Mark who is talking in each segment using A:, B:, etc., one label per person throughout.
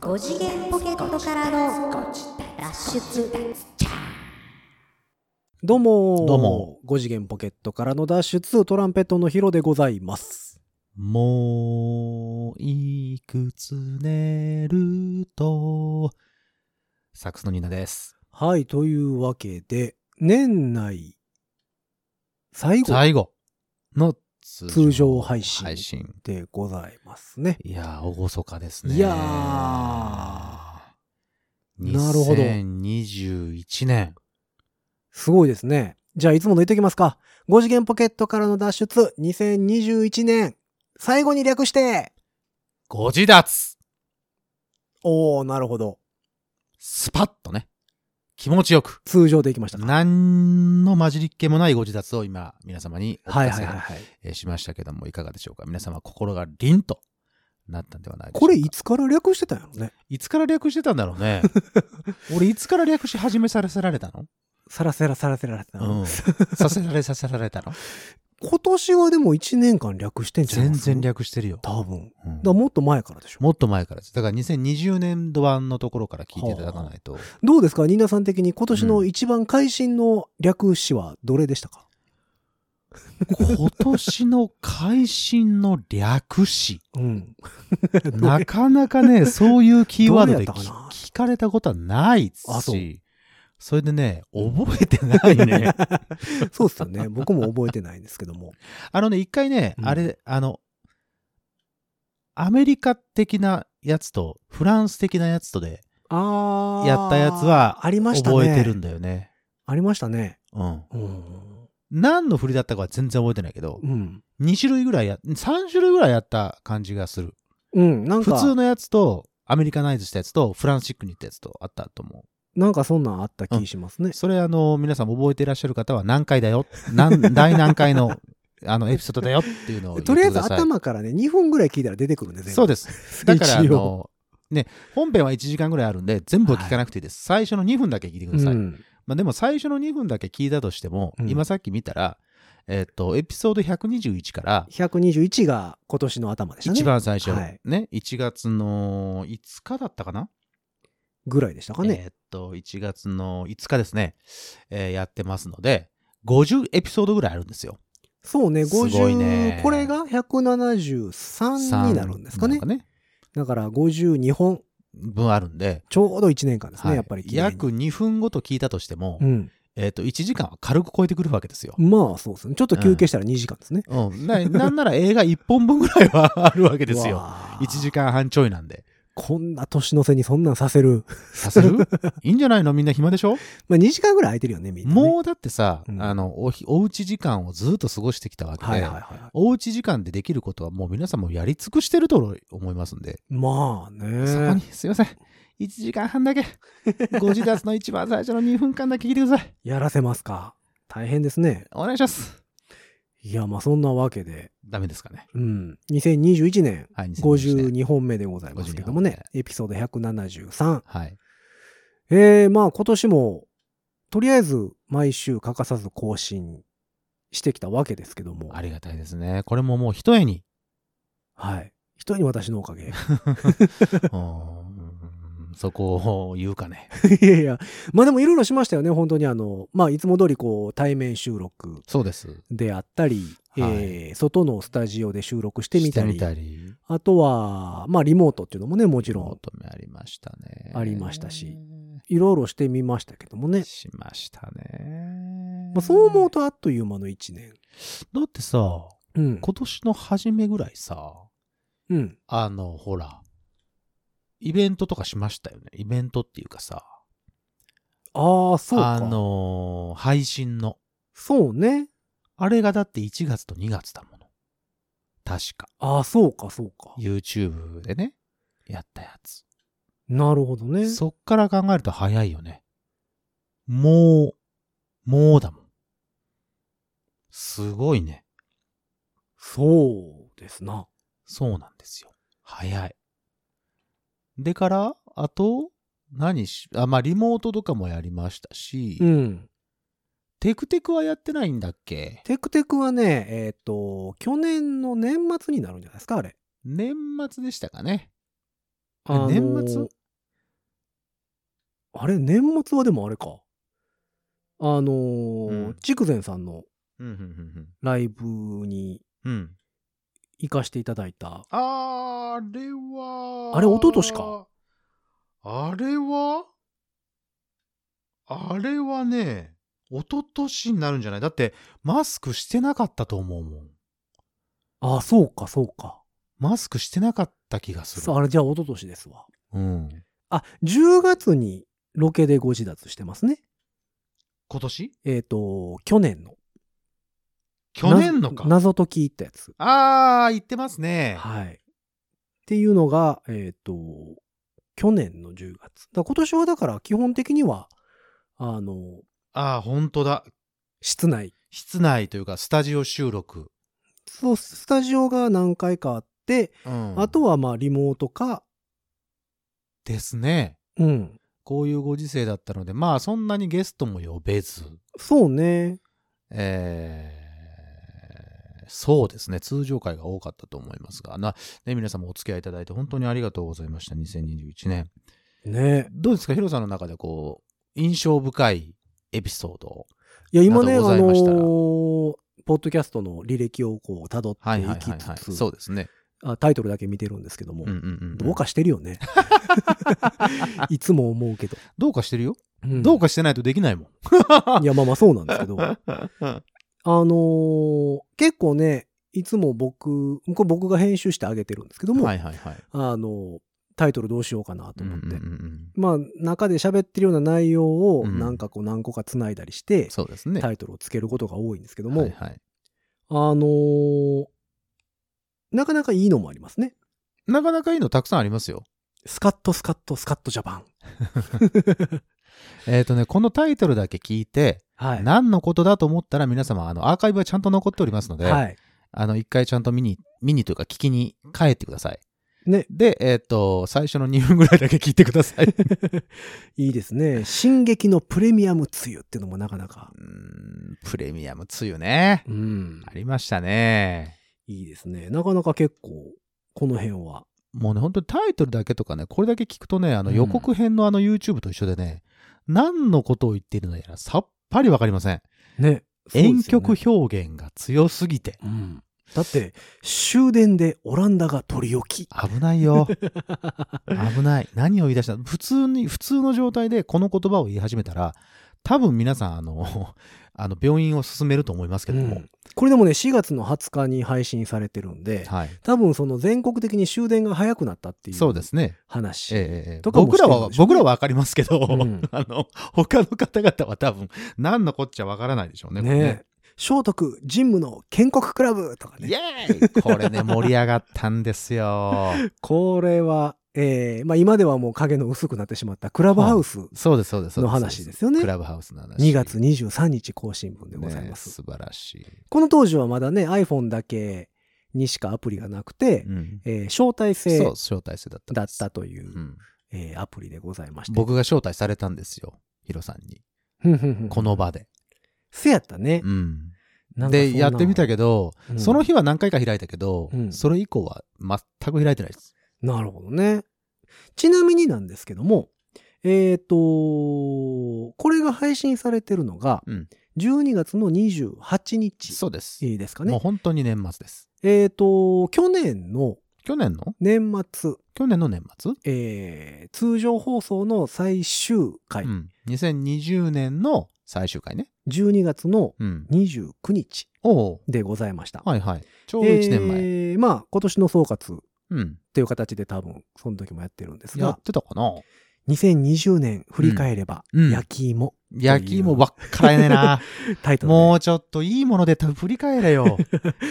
A: 5次元ポケットからの脱出
B: どうもー
C: どうも。
B: 5次元ポケットからの脱出、トランペットのヒロでございます。
C: もう、いくつ寝ると、サックスのニーナです。
B: はい、というわけで、年内、最後
C: 最後の通
B: 通常配信
C: 配信
B: でございますね。
C: いやー、厳かですね。
B: いやーなるほど
C: 2021年。
B: すごいですね。じゃあ、いつもの言ってきますか。5次元ポケットからの脱出、2021年、最後に略して、
C: ご自立
B: おー、なるほど。
C: スパッとね。気持ちよく。
B: 通常でいきましたか。
C: 何の混じりっ気もないご自立を今、皆様にお
B: はい
C: 伝
B: はい
C: え
B: はいはい。
C: えーしましたけども、いかがでしょうか皆様、心が凛となったんではないでしょ
B: こ
C: うか。
B: れ、いつから略してたんやろね。
C: いつから略してたんだろうね。 俺、いつから略し始めされさられたの
B: さらせらさらせられてたの。
C: うん。させられさせられた の
B: 今年はでも1年間略してんじゃない
C: 全然略してるよ。
B: 多分。
C: うん
B: だからもっと前からでしょ。
C: もっと前からです。だから2020年度版のところから聞いていただかないと。
B: どうですかニーナさん的に今年の一番会心の略詞はどれでしたか、
C: 今年の会心の略詞。
B: う ん。
C: なかなかね、そういうキーワードで
B: どれやっ
C: き
B: たかな
C: 聞かれたことはない
B: あそう
C: し、それでね、覚えてないね。
B: そうっすよね。僕も覚えてないんですけど も。
C: あのね、一回ね、
B: うん
C: あれ、あの、アメリカ的なやつと、フランス的なやつとで、
B: あ
C: やったやつは
B: ありましたね。
C: 覚えてるんだよね。
B: ありましたね。
C: うん。
B: うん。
C: 何の振りだったかは全然覚えてないけど
B: う、ん。
C: 2種類ぐらいや、3種類ぐらいやった感じがする。
B: うん。なん
C: 普
B: か、
C: 通のやつと、アメリカナイズしたやつと、フランシックに行ったやつとあったと思
B: なんかそんなんあった気しますね
C: う。。それ、あの、皆さんも覚えていらっしゃる方は、何回だよ、何、 第何回の、あの、エピソードだよっていうのを言って
B: と
C: く
B: りあえ
C: だ
B: ず
C: さい。
B: 頭からね、2分ぐらい聞いたら出てくるんで、。
C: そうですす。だから、あ
B: 一応
C: の、ね、本編は1時間ぐらいあるんで、全部は聞かなくていいです。最初の2分だけ聞いてく
B: う
C: ださい。
B: ん。
C: まあ、でも、最初の2分だけ聞いたとしても、
B: うん
C: 今さっき見たら、えっと、エピソード121から、
B: 121が今年の頭でしたね。
C: 一番最初、
B: はい
C: ね、1月の5日だったかな、
B: ぐらいでしたかね。
C: えっと、1月の5日ですね、えーやってますので、50エピソードぐらいあるんですよ。
B: そうね、
C: すごいね
B: 50、これが173になるんですかね
C: 三。なの
B: だから52本、
C: 分あるんで、
B: ちょうど1年間ですね、
C: はい
B: やっぱり。
C: 約、2分ごと聞いたとしても、
B: うん。
C: えっと、1時間は軽く超えてくるわけですよ。
B: まあそうですね。ちょっと休憩したら2時間ですね。
C: うん、ななんなら映画1本分ぐらいはあるわけですよ。
B: わあ
C: 1時間半ちょいなんで。
B: こんな年の瀬にそんなんさせる。
C: させるいいんじゃないのみんな暇でしょ
B: まあ2時間ぐらい空いてるよね、みんなね、
C: もうだってさ、
B: うん
C: あのおひ、おうち時間をずっと過ごしてきたわけで、
B: はいはいはい。
C: おうち時間でできることはもう皆さんもやり尽くしてると思いますんで、
B: まあね。
C: そこにすいません。1時間半だけ、ご自立の一番最初の2分間だけ聞いてください。
B: やらせますか。大変ですね。
C: お願いします。
B: いや、まあそんなわけで、
C: ダメですかね。
B: うん。2021年
C: はい、2021年。
B: 52本目でございますけども
C: 52
B: ね
C: 本、
B: エピソード173。
C: はい。
B: えー、まあ今年も、とりあえず毎週欠かさず更新してきたわけですけども。
C: ありがたいですね。これももう一重に、
B: はい。人に私のおかげ。
C: うんそこを言うかね。
B: いやいや。まあでもいろいろしましたよね。本当にあの、まあいつも通りこう対面収録
C: そうです。
B: であったり、
C: はい
B: えー外のスタジオで収録してみたり、
C: してみたり。
B: あとは、まあリモートっていうのもね、もちろん
C: 求めありましたね。
B: ありましたし。いろいろしてみましたけどもね。
C: しましたね。
B: まあ、そう思うとあっという間の1年。
C: だってさ、
B: うん。
C: 今年の初めぐらいさ、
B: うん。
C: あの、ほら、イベントとかしましたよね。イベントっていうかさ、
B: ああ、そうか。
C: あのー配信の。
B: そうね。
C: あれがだって1月と2月だもの。確か。
B: ああ、そうか、そうか。
C: YouTube でね、やったやつ。
B: なるほどね。
C: そっから考えると早いよね。もう、もうだもん。すごいね。
B: そうですな。
C: そうなんですよ。早い。でから、あと、何し、あ、まあ、リモートとかもやりましたし、
B: うん。
C: テクテクはやってないんだっけ
B: テクテクはね、えっ、と、去年の年末になるんじゃないですか、あれ。
C: 年末でしたかね。
B: あの
C: 年末
B: あれ、年末はでもあれか。あのー
C: うん
B: 筑前さんの
C: うんうんうん
B: ライブに
C: うん。うん。
B: 行かしていただいた。
C: あーあれは。
B: あれ一昨年か。
C: あれはあれはね、一昨年になるんじゃないだって、マスクしてなかったと思うもん。
B: あ、そうか、そうか。
C: マスクしてなかった気がする。
B: そうあれ、じゃあ一昨年ですわ。
C: うん。
B: あ、10月にロケでご自立してますね。
C: 今年
B: えっ、と、去年の。
C: 去年のか。
B: な謎解きったやつ。
C: ああ、言ってますね。
B: はい。っていうのが、えっ、と、去年の10月。だから今年はだから基本的には、あの、
C: ああ、本当だ。
B: 室内。
C: 室内というか、スタジオ収録。
B: そう、スタジオが何回かあって、
C: うん
B: あとはまあリモートか、
C: ですね。
B: うん。
C: こういうご時世だったので、まあ、そんなにゲストも呼べず、
B: そうね。
C: えーそうですね。通常回が多かったと思いますが、な、ね、皆さんもお付き合いいただいて本当にありがとうございました。2021年。
B: ね
C: どうですかヒロさんの中でこう、印象深いエピソード。
B: いや、今ね、あ
C: など
B: の
C: ございましたら
B: ーポッドキャストの履歴をこう、辿
C: はいは
B: っ
C: いは
B: てい
C: い、はい。
B: きつつ、
C: そうですね。
B: あタイトルだけ見てるんですけども、
C: うんうんうん。
B: どう。かしてるよ ね。 いつも思うけど。
C: どうかしてるよ。
B: うん
C: どうかしてないとでき ないもん。
B: いや、まあまあそうなんですけど。あ
C: うん
B: のー結構ね、いつも僕、これ僕が編集してあげてるんですけども、
C: はいはいはい。
B: あのータイトルどうしようかなと思って。
C: うんうんうん
B: まあ、中で喋ってるような内容を、
C: うん
B: なんかこう何個か繋いだりして、
C: そうですね。
B: タイトルをつけることが多いんですけども、
C: はいはい
B: あのーなかなかいいのもありますね。
C: なかなかいいのたくさんありますよ。
B: スカッとスカッとスカッとジャパン。
C: えっ、とね、このタイトルだけ聞いて、
B: はい。
C: 何のことだと思ったら皆様、あの、アーカイブはちゃんと残っておりますので、
B: はい。
C: あの、一回ちゃんと見に、見にというか聞きに帰ってください。
B: ね、
C: で、えっ、と、最初の2分ぐらいだけ聞いてください。う
B: いいですね。進撃のプレミアム梅雨っていうのもなかなか。
C: ーんプレミアムつゆね。
B: うん
C: あ。りましたね。
B: いいですね。なかなか結構、この辺は。
C: もうね、本当にタイトルだけとかね、これだけ聞くとね、あの
B: うん
C: 予告編のあの YouTube と一緒でね、何のことを言っているのやらさっぱりわかりません。
B: ね。
C: 遠曲表現が強すぎて。
B: うん。だって、終電でオランダが取り置き。
C: 危ないよ。危ない。何を言い出した普通に、普通の状態でこの言葉を言い始めたら、多分皆さん、あの、 あの病院を進めると思いますけ
B: う
C: ども。
B: んこれでもね、4月の20日に配信されてるんで、
C: はい。
B: 多分その全国的に終電が早くなったってい
C: そう
B: う
C: ですね。
B: 話。
C: ええええ
B: とかも
C: 僕
B: し
C: ら
B: てる
C: は、
B: んでしょうね
C: 僕らはわかりますけど、
B: うん
C: あの、他の方々は多分、何のこっちゃわからないでしょうね。これ
B: ね
C: ね
B: 聖徳神武の建国クラブとか
C: イ
B: ね。
C: エーイこれね、盛り上がったんで すよ。
B: これは、えーまあ今ではもう影の薄くなってしまったクラブハウス
C: そうです、そうです。そう
B: の話ですよね
C: ク。ラブハウスの話。
B: 2月23日更新分でございます
C: ね。素晴らしい。
B: この当時はまだね iPhone だけにしかアプリがなくて、
C: うん
B: えー招待
C: そ
B: 制
C: う、招待制だったん
B: だ
C: で
B: っ
C: す。
B: たという、
C: うん
B: えーアプリでございまして
C: 僕が招待されたんですよ。ヒロさんに。
B: ふんふんふん
C: この場で。
B: せやったね、
C: うん
B: なんかそん
C: で、
B: な
C: やってみたけど、
B: うん
C: その日は何回か開いたけど、
B: うん
C: それ以降は全く開いてないです。
B: なるほどねちなみになんですけどもえっ、とこれが配信されてるのが
C: うん
B: 12月の28日
C: そうです。
B: ですか
C: もう
B: ね
C: 本当に年末です。
B: えっ、と去年の
C: 去年の
B: 年末、
C: 去年の年末、
B: えー通常放送の最終回、
C: うん。2020年の最終回ね。
B: 12月の
C: うん。
B: 29日
C: おう
B: でございました。
C: はいはい。ちょうど1年前。
B: えーまあ、今年の総括っ
C: うん。
B: ていう形で多分、その時もやってるんです
C: や
B: が
C: っ、てたかな
B: 2020年振り返れば、
C: うんうん
B: 焼き芋、
C: 焼き芋ばっからやねえな。
B: タイトルで
C: もうちょっといいものでた振り返 れよ。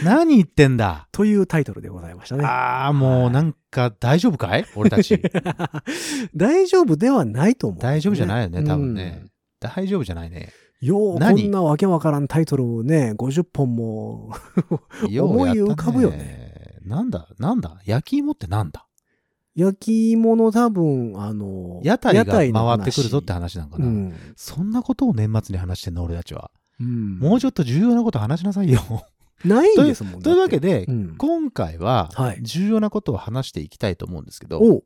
C: 何言ってんだ。
B: というタイトルでございましたね。
C: ああ、もうなんか大丈夫かい俺たち。
B: 大丈夫ではないと思う、
C: 大丈夫じゃないよね、多分ね
B: うん。
C: 大丈夫じゃないね。
B: よう、こ
C: 何
B: んなわけわからんタイトルをね、50本も、
C: うやった ね
B: 思い浮かぶよね。
C: なんだ、なんだ、焼き芋ってなんだ
B: 焼き芋の多分、あの、
C: 屋台が回
B: の話
C: ってくるぞって話なんか
B: う
C: な。
B: ん。
C: そんなことを年末に話してんの、俺たちは。
B: うん
C: もうちょっと重要なこと話しなさいよ。
B: ないんですもん
C: というわけで
B: う、ん
C: 今回は
B: はい
C: 重要なことを話していきたいと思うんですけど、
B: おう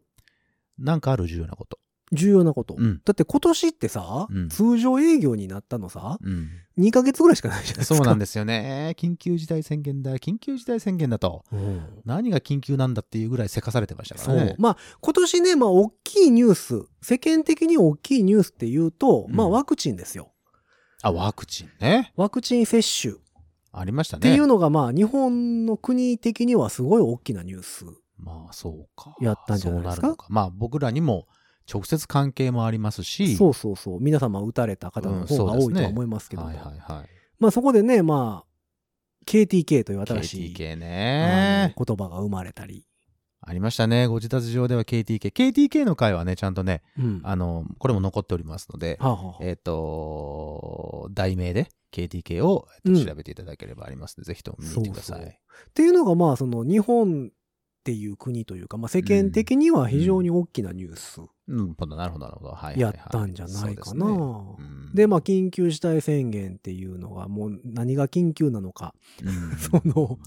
C: なんかある重要なこと。
B: 重要なこと。
C: うん
B: だって今年ってさ、
C: うん
B: 通常営業になったのさ、
C: うん。
B: 2ヶ月ぐらいしかないじゃないです
C: そ
B: か。
C: うなんですよね。緊急事態宣言だ、緊急事態宣言だと。
B: うん
C: 何が緊急なんだっていうぐらいせかされてましたか
B: そ
C: ら
B: う、
C: ね。
B: まあ今年ね、まあ大きいニュース、世間的に大きいニュースっていうと、
C: うん
B: まあワクチンですよ。
C: あ、ワクチンね。
B: ワクチン接種っ
C: ありましたね。
B: ていうのが、まあ日本の国的にはすごい大きなニュース。
C: まあ、そうか。
B: やったんじゃないですか
C: そうるのまあ、僕らにも直接関係もありますし。
B: そうそうそう。皆様打たれた方の方が多
C: うんそうです
B: い
C: ね
B: とは思いますけども、
C: はいはいはい。
B: まあそこでね、まあ KTK という新しい、
C: KTK
B: あ
C: ね。
B: の言葉が生まれたり。
C: ありましたね。ご自宅上では KTK。KTK の回はね、ちゃんとね、
B: うん
C: あの、これも残っておりますので、
B: はあはあはあ
C: えっ、と、題名で KTK を、えっと
B: うん
C: 調べていただければありますので、ぜひとも見に行ってください。
B: そうそうっていうのがまあその日本っていう国というか、まあ、世間的には非常に大きなニュース、
C: うん、なるほど、なるほど。はいはい、
B: や
C: は
B: っ
C: い。
B: たんじゃないかな。
C: そう
B: で
C: ですねうん
B: まあ緊急事態宣言っていうのがもう何が緊急なのか
C: う ん
B: その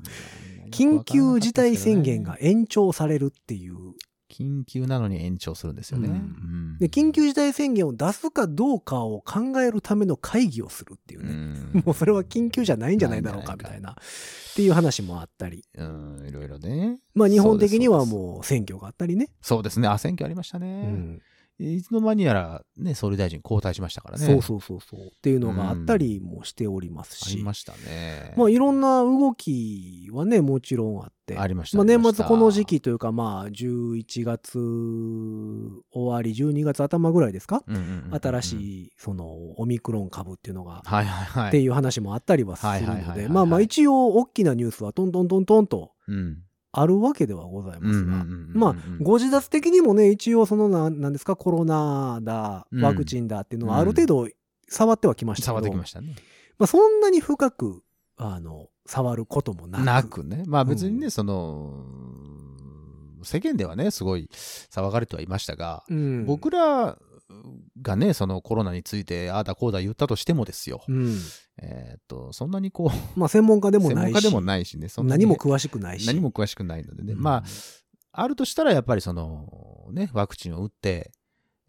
B: 緊急事態宣言が延長されるっていう
C: 緊急なのに延長するんですよね。
B: うん
C: うん
B: で緊急事態宣言を出すかどうかを考えるための会議をするっていうね、
C: う ん
B: もうそれは緊急じゃないんじゃないだろうかみたいなっていう話もあったり
C: うん、いろいろね。
B: まあ日本的には
C: そうです
B: もう選挙があったりね
C: そうですね。あ、選挙ありました
B: う
C: ね。
B: ん
C: いつの間にやら、ね、総理大臣交代しましたからね。
B: そうそうそうそうっていうのがあったりもしております
C: あ
B: し、
C: りましたね。
B: まあいろんな動きはねもちろんあって
C: ありました
B: まあ、
C: ありま
B: 年
C: した
B: 末この時期というかまあ11月終わり12月頭ぐらいですか、
C: うんうんうんうん
B: 新
C: い。
B: しいそのオミクロン株っていうのが、
C: はいはいはい。
B: っていう話もあったりはする
C: はいはいはい
B: の
C: はいは
B: で
C: い
B: まあまあ一応大きなニュースはトントントントンと
C: うん。
B: あるわけではございますが、まあ
C: ご
B: ご自達的にもね一応そのななんですかコロナだ
C: うん
B: ワクチンだっていうのはある程度触ってはきました
C: 触っ
B: け
C: て
B: ど、
C: き
B: ま
C: ましたね。
B: あ、そんなに深くあの触ることもなく
C: なくね。まあ別に
B: う
C: ね、その、世間ではね、すごい騒がれてはいましたが、
B: うん、
C: 僕らがね、そのコロナについて、ああだこうだ言ったとしてもですよ。
B: うん
C: えーっと、そんなにこう、
B: まあ専門家でも
C: 専
B: ない
C: 門
B: し
C: 家でもないしね、そんなに
B: 何も詳しくないし
C: 何も詳しくないのでね。
B: うん
C: まあ、あるとしたらやっぱりその、ね、ワクチンを打って、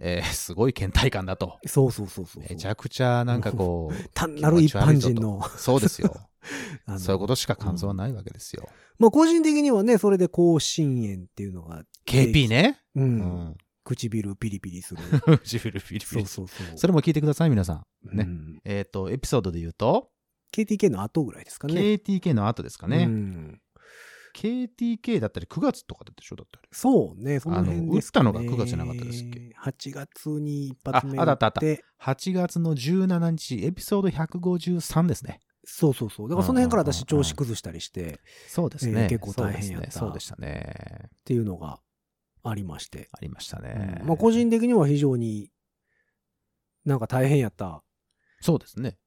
C: えーすごい倦怠感だと。
B: そうそうそうそう
C: めちゃくちゃなんかこう、
B: 単なる一般人の
C: そうですよ。
B: あの
C: そういうことしか感想はないわけですよ。
B: まあ個人的にはねそれで口唇炎っていうのが、
C: KP ね。
B: う
C: うんん。
B: 唇ピリピリす る
C: ジュルフィリ
B: そ
C: ピ
B: う
C: ン。
B: そうそう
C: それも聞いてください、皆さん。ね
B: うん
C: えっ、と、エピソードで言うと、
B: KTK の後ぐらいですかね
C: KTK の後ですかね。
B: うん、
C: KTK だったり9月とかだったでしょだったり。
B: そうねその辺ですかね
C: あの打ったのが9月じゃなかったですっけ
B: 8月に一発目
C: ああったあったあった
B: で
C: 8月の17日、エピソード153ですね。
B: そうそうそうだからその辺から私
C: うんうんうんうん
B: 調子崩したりしてっ
C: そうです
B: え
C: ね。
B: ー結構大変やった
C: そうですねそうでしたね。
B: ていうのがありまして
C: ありましたね。
B: うんまあ個人的には非常になんか大変やった
C: そうですね。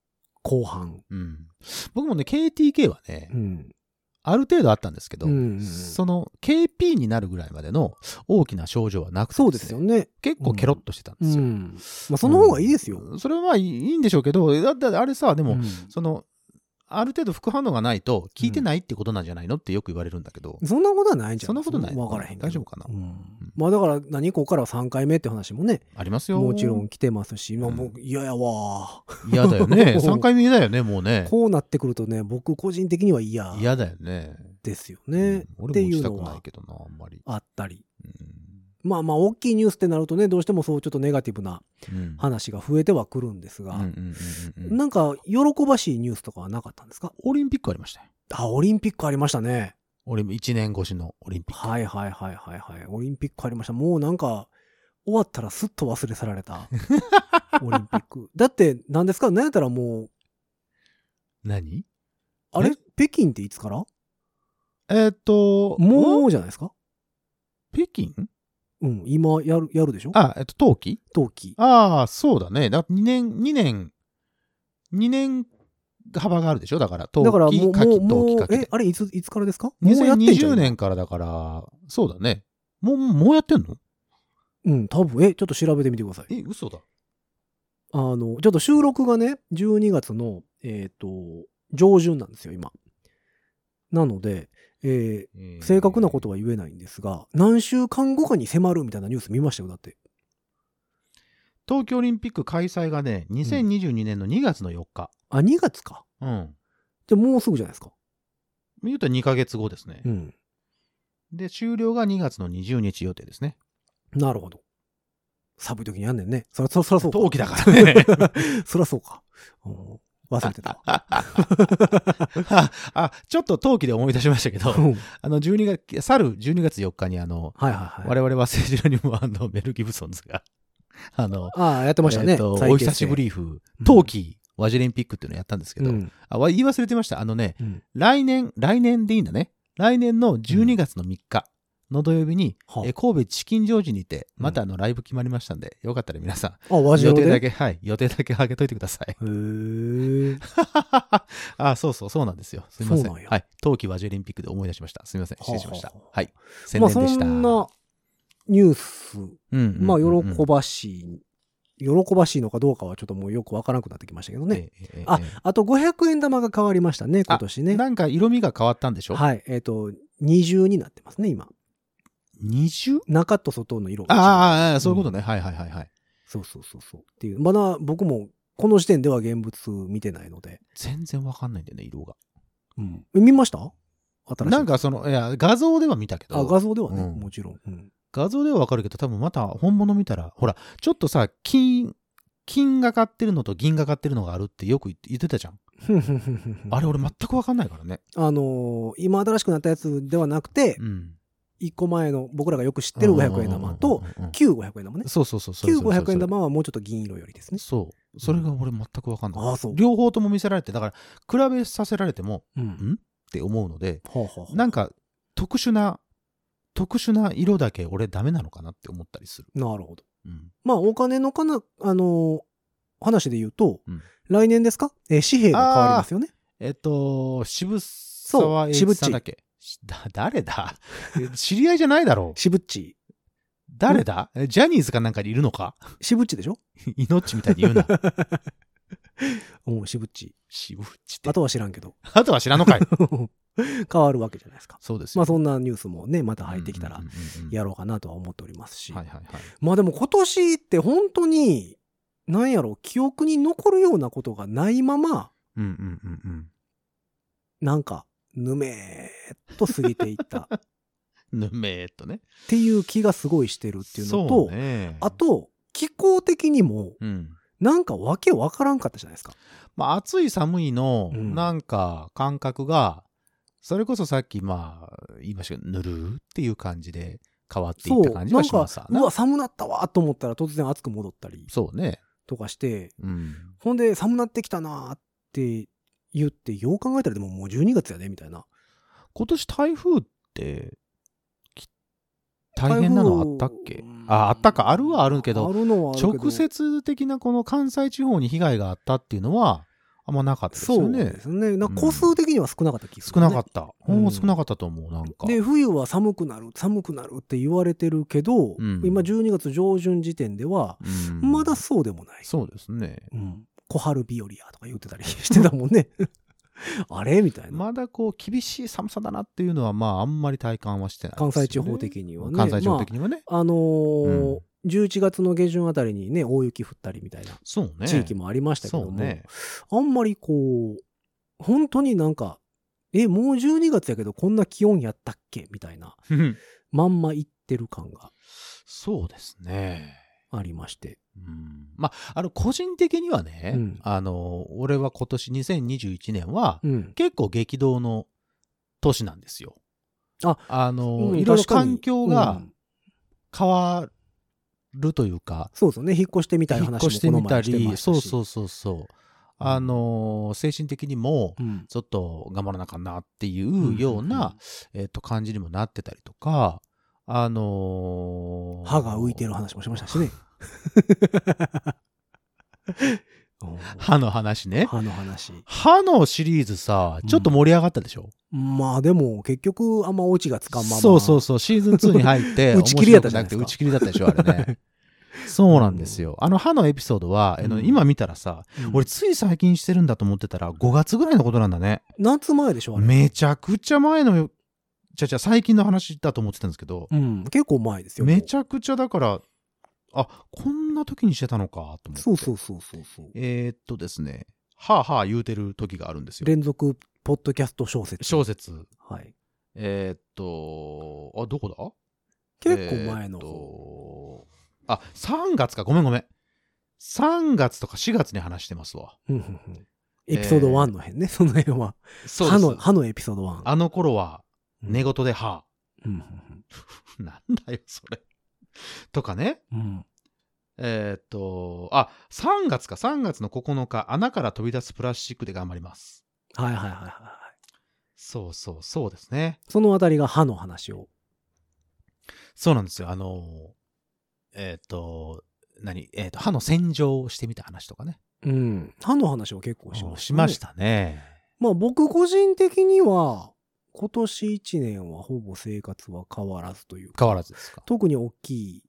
B: 後半。
C: うん。僕もね、KTK はね、
B: うん。
C: ある程度あったんですけど、
B: うん
C: その KP になるぐらいまでの大きな症状はなくて、
B: そうですよ。ね。
C: 結構ケロッとしてたん
B: う
C: ですよ。
B: ん。まあその方がいいですよ。
C: うんそれはまあいいいいんでしょうけど、だってあれさ、でも、
B: うん
C: その、ある程度副反応がないと、効いてないってことなんじゃないのってよく言われるんだけど、
B: そんなことはないんじゃん。
C: そんなことない
B: わからへんけど。
C: 大丈夫かな
B: うんまあだから何ここからは3回目って話もね、
C: ありますよ。
B: もちろん。来てますし、まあ
C: うん
B: 僕嫌やわ。
C: 嫌だよ ね。3回目だよね、もうね。
B: こうなってくるとね、僕個人的には嫌
C: 嫌だよね。
B: ですよ
C: うん
B: ね。って
C: 俺も
B: いう
C: 打ちた
B: の
C: くない
B: は
C: けどな、あんまり。
B: あったり。
C: うん
B: まあまあ大きいニュースってなるとね、どうしてもそうちょっとネガティブな
C: うん
B: 話が増えてはくるんですが、
C: うんうんうんうんうん
B: なんか喜ばしいニュースとかはなかったんですか
C: オリンピックありましたよ。
B: あ、オリンピックありましたね。
C: 俺も1年越しのオリンピック。
B: はいはいはいはいはい。オリンピックありました。もうなんか、終わったらすっと忘れ去られ た。オリンピック。だって、何ですかなんやったらもう、
C: 何
B: あれ
C: え
B: 北京っていつから
C: えーっと、
B: も
C: う、
B: うじゃないですか
C: 北京
B: うん、今やる、やるでしょ
C: あ、えっと、冬季
B: 冬季。
C: ああ、そうだね。だ2年、2年、2年幅があるでしょだから、冬
B: だからも
C: 季、
B: う、も
C: 夏
B: う、
C: 季、冬
B: も
C: 季、
B: う
C: 夏、季
B: え
C: で、。
B: あれいつ、いつからですかもうやってんじゃ
C: 2020
B: ん。
C: 年からだから、そうだね。もう、もうやってんの
B: うん、多分、え、ちょっと調べてみてください。
C: え、嘘だ。
B: あの、ちょっと収録がね、12月の、えっ、と、上旬なんですよ、今。なので、えー
C: えー
B: 正確なことは言えないんですが、何週間後かに迫るみたいなニュース見ましたよ、だって。
C: 東京オリンピック開催がね、2022年の2月の4日。
B: あ、2月か。
C: うん。
B: じゃあもうすぐじゃないですか。
C: 言うと2ヶ月後ですね
B: う。ん。
C: で、終了が2月の20日予定ですね。
B: なるほど。寒い時にやんねんね。そら、そら、そらそうか。
C: 冬季だからね
B: そらそうか。うん忘れてたわ。
C: あ、 あちょっと冬季で思い出しましたけど
B: う、ん
C: あの、12月、去る12月4日にあの、
B: はいはいはい。
C: 我々は聖ジェロニムメル・ギブソンズが、 あの、
B: ああ、やってましたね。
C: えーと
B: 再
C: お
B: 結成
C: 久しぶ。り風、冬季ワジオリンピックっていうのをやったんですけど、
B: うん
C: あ、わ言い忘れてました。あのね、
B: うん
C: 来年、来年でいいんだね。来年の12月の3日の土曜日に、
B: は
C: えー神戸チキンジョージにて、
B: うん
C: またあのライブ決まりましたんで、よかったら皆さ
B: あ、和
C: ん、予
B: 白で。
C: 定だ
B: け。へ
C: け、はい、予定だけ上げといてください。
B: え。
C: あ、そうそう、そうなんですよ。すみません。
B: そうなんや
C: はい。冬季和ジオリンピックで思い出しました。すみません。失礼しました。
B: は
C: は
B: あはあ
C: い。宣
B: まあ
C: 伝
B: そ
C: でした。
B: んなニュース、
C: うんうんうんうん
B: まあ喜ばしい、喜ばしいのかどうかはちょっともうよくわからなくなってきましたけどね。。
C: ええええ
B: あ
C: ええ
B: あと500円玉が変わりましたね、今年ね。
C: なんか色味が変わったんでしょ
B: はい。えっ、と、二重になってますね、今。
C: 20?
B: 中と外の色が違う
C: ああ、そういうことね。はいはいはいはい。
B: そうそうそうそう。っていう。まだ僕もこの時点では現物見てないので。
C: 全然わかんないんだよね、色が。
B: うん、え見ました新しい。
C: なん、かその、いや、画像では見たけ
B: あ、
C: ど、
B: 画像ではね、
C: うん
B: もちろん。うん
C: 画像ではわかるけど、多分また本物見たら、ほら、ちょっとさ、金、金がかってるのと銀がかってるのがあるってよく言って言ってたじゃん。あれ俺全くわかんないからね。
B: あのー今新しくなったやつではなくて、
C: うん。
B: 1個前の僕らがよく知ってる500円玉と
C: うんうんうんうんうん、
B: 旧500円玉ね。
C: そうそうそうそう。
B: 旧500円。玉はもうちょっと銀色よりですね。
C: そう。それが俺全くわかんない。
B: ああ、そう。
C: 両方とも見せられて、だから、比べさせられても、
B: うん
C: んって思うので、
B: はあはあはあ
C: なんか特殊な、特殊な色だけ俺ダメなのかなって思ったりする。
B: なるほど。
C: うん。
B: まあ、お金のかな、あのー話で言うと、
C: うん
B: 来年ですか、えー紙幣が変わりますよね。
C: えっと、渋沢栄一さんだっけ しだ誰だ え知り合いじゃないだろう。
B: しぶっち。
C: 誰だえジャニーズかなんかにいるのか
B: しぶっちでしょ
C: 命みたいに言 うな。
B: うん、しぶっち。
C: 渋っちって
B: あ。とは知らんけど。
C: あとは知らんのかい。
B: 変わるわけじゃないですか。
C: そうですよ。
B: まあ、そんなニュースもね、また入ってきたら
C: うんうんうんうん
B: やろうかなとは思っておりますし。
C: はいはいはい。
B: まあでも今年って本当に、なんやろ、記憶に残るようなことがないまま、
C: うんうんうんうん。
B: なんか、ぬめーっと過ぎていったっ
C: ぬめーっとね。
B: ていう気がすごいしてるっていうの
C: そ
B: と、
C: うね。
B: あと、気候的にも、
C: うん。
B: なんかわけわからんかったじゃないですか。
C: まあ、暑い寒いの、
B: うん
C: なんか感覚が、それこそさっき、まあ、言いましたけど、ぬるーっていう感じで変わってい
B: そ
C: っ
B: う、
C: た
B: な
C: 感
B: ん
C: じがしま
B: か
C: すわ、
B: うわ、寒なったわと思ったら突然暑く戻ったり
C: そうね。
B: とかして、
C: うん。
B: ほんで、寒なってきたなーって言って、よう考えたらでももう12月やで、みたいな。
C: 今年台風って、き大変なのあったっけあ、あったか。あるはあるけど、
B: あるのはあるけど
C: 直接的なこの関西地方に被害があったっていうのは、あんまなかったです
B: そ
C: よ
B: う
C: ね
B: で。すね。なんか個数的には少なかった気がす
C: 少
B: る、
C: なか
B: ね
C: った。
B: うん
C: ほん、少なかったと思う、なんか。
B: で、冬は寒くなる、寒くなるって言われてるけど、
C: うん
B: 今12月上旬時点では、
C: うん
B: まだそうでもない。
C: そうですね。
B: うん小春日和やとか言ってたりしてたもん ね。あれみたいな。
C: まだこう厳しい寒さだなっていうのはまああんまり体感はしてないですよね、
B: 関西地方的にはね
C: 関西地方的にはね、
B: あのー
C: うん
B: 11月の下旬あたりにね、大雪降ったりみたいな
C: そうね
B: 地域もありましたけど
C: そう
B: も、
C: ね
B: あんまりこう、本当になんか、え、もう12月やけどこんな気温やったっけみたいな、
C: うん
B: まんま言ってる感が
C: そうですね
B: ありまして。
C: うんまああの個人的にはね、
B: うん
C: あの俺は今年2021年は
B: うん。
C: 結構激動の年なんですよ
B: あ
C: の、
B: うん
C: いろいろ
B: 確かに
C: 環境
B: う
C: が
B: ん
C: 変わるというか、
B: そうですよね。引っ越してみたい話
C: 引
B: も
C: っ
B: こ
C: 越して
B: の
C: みた
B: 前して
C: り
B: ましたし。
C: そうそうそうそうあの精神的にも、
B: うん。
C: ちょっと頑張らなあかんなってい
B: んうんうん
C: うような、えっと感じにもなってたりとか、あのー
B: 歯が浮いてる話もしました しね。うん
C: 歯の話ね。
B: 歯の話。
C: 歯のシリーズさ、ちょっと盛り上がったでしょ、
B: まあでも結局あんまオチがつかんまま。
C: そうそうそう、シーズン2に入 って、
B: 打ち切りやったじゃない
C: 面
B: ですか
C: 白くなくて打ち切りだったでしょ、あ れね。そうなんですよ。あの歯のエピソードは、あの
B: うん
C: 今見たらさ、
B: うん
C: 俺つい最近してるんだと思ってたら、5月ぐらいのことなんだね。
B: 夏前でしょあれ。
C: めちゃくちゃ前のじゃじゃ最近の話だと思ってたんですけど、
B: うん。結構前ですよ。
C: めちゃくちゃだから、あ、こんな時にしてたのか、と思って。
B: そうそうそうそうそう。
C: えーっとですね、はあはあ言うてる時があるんですよ。
B: 連続ポッドキャスト小説。
C: 小説。
B: はい。
C: えーっと、あ、どこだ
B: 結構前の
C: えーっ
B: 方。
C: とあ、3月か、ごめんごめん。3月とか4月に話してますわ。
B: うんうんうんエピソード
C: えー
B: 1の辺ね、その辺は。
C: そ
B: 歯の、歯のエピソード1。
C: あの頃は、
B: うん
C: 寝言で、は
B: うんうん
C: あ、 なんだよ、それ。とかね。
B: うんうん
C: えーっと、あ、3月か、3月の9日、穴から飛び出すプラスチックで頑張ります。
B: はいはいはいはいはい。
C: そうそう、そうですね。
B: そのあたりが歯の話を。
C: そうなんですよ。あの、えーっと、何えーっと、歯の洗浄をしてみた話とかね。
B: うん。歯の話を結構しました、ね。
C: しまし。たね。
B: まあ僕個人的には、今年1年はほぼ生活は変わらずというか、
C: 変わらずですか。
B: 特に大きい、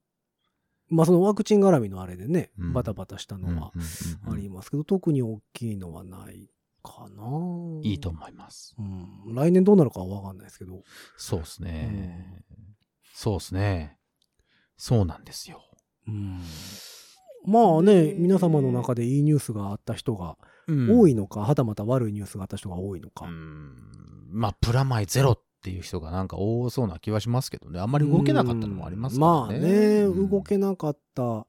B: まあそのワクチン絡みのあれでね、
C: うん
B: バタバタした
C: うんうん
B: のは
C: うんうん
B: ありますけど、特に大きいのはないかな。
C: いいと思います。
B: うん。来年どうなるかはわかんないですけど。
C: そうですね。そうですね。そうなんですよ。
B: うんまあね
C: ね、
B: 皆様の中でいいニュースがあった人が多いのか、はたまた悪いニュースがあった人が多いの
C: う
B: か。
C: んまあ、プラマイゼロっていう人がなんか多そうな気はしますけどね。あんまり動けなかったのもありますか
B: う
C: らね。
B: んまあね、動
C: うん
B: けなかった、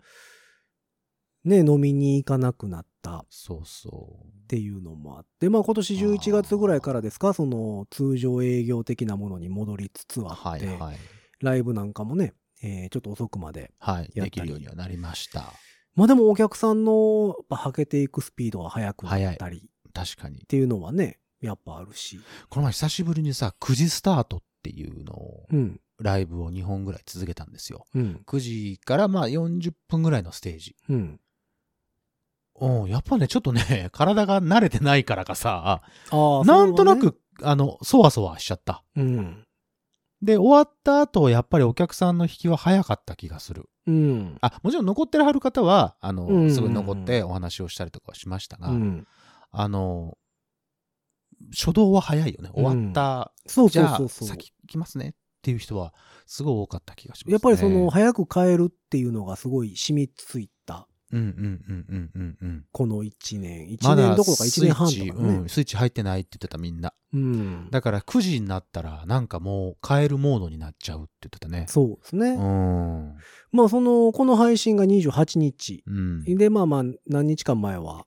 B: ね、飲みに行かなくなったっ
C: そうそう。
B: ていうのもあって、まあ今年11月ぐらいからですか、その通常営業的なものに戻りつつあっ
C: は
B: て、
C: いはい。
B: ライブなんかもね、えーちょっと遅くまで。
C: はい。
B: り
C: できるようにはなりました。
B: まあでもお客さんの、やっぱはけていくスピードが速くなったりっ
C: 確かに。
B: ていうのはね、やっぱあるし。
C: この前久しぶりにさ、9時スタートっていうのを、
B: うん、
C: ライブを2本ぐらい続けたんですよ。
B: うん、
C: 9時からまあ40分ぐらいのステージ。
B: うん。
C: うん、やっぱね、ちょっとね、 体が慣れてないからかさ、
B: ああ
C: なんとな、
B: そ
C: く、あの、そわそわしちゃった。
B: れはねうん。
C: で、終わった後、やっぱりお客さんの引きは早かった気がする。
B: うん。
C: あ、もちろん残ってらはる方は、あの、
B: うんうんうん
C: すごい残ってお話をしたりとかはしましたが、
B: うん
C: あの、初動は早いよね。終わった、
B: そう
C: じ
B: そう
C: ゃ
B: そう
C: あ、
B: そう。
C: 先行きますねっていう人は、すごい多かった気がします、ね。
B: やっぱりその、早く帰るっていうのがすごい染みついた、
C: うんうんうんうんうんうん。
B: この1年。1
C: ま
B: 年
C: だ
B: どころか1年半とか
C: スイッチう
B: ね
C: ん。スイッチ入ってないって言ってたみんな。
B: うん。
C: だから9時になったらなんかもう変えるモードになっちゃうって言ってたね。
B: そうです
C: う
B: ね。
C: ん。う
B: まあその、この配信が28日。
C: ん。
B: で、まあまあ、何日間前は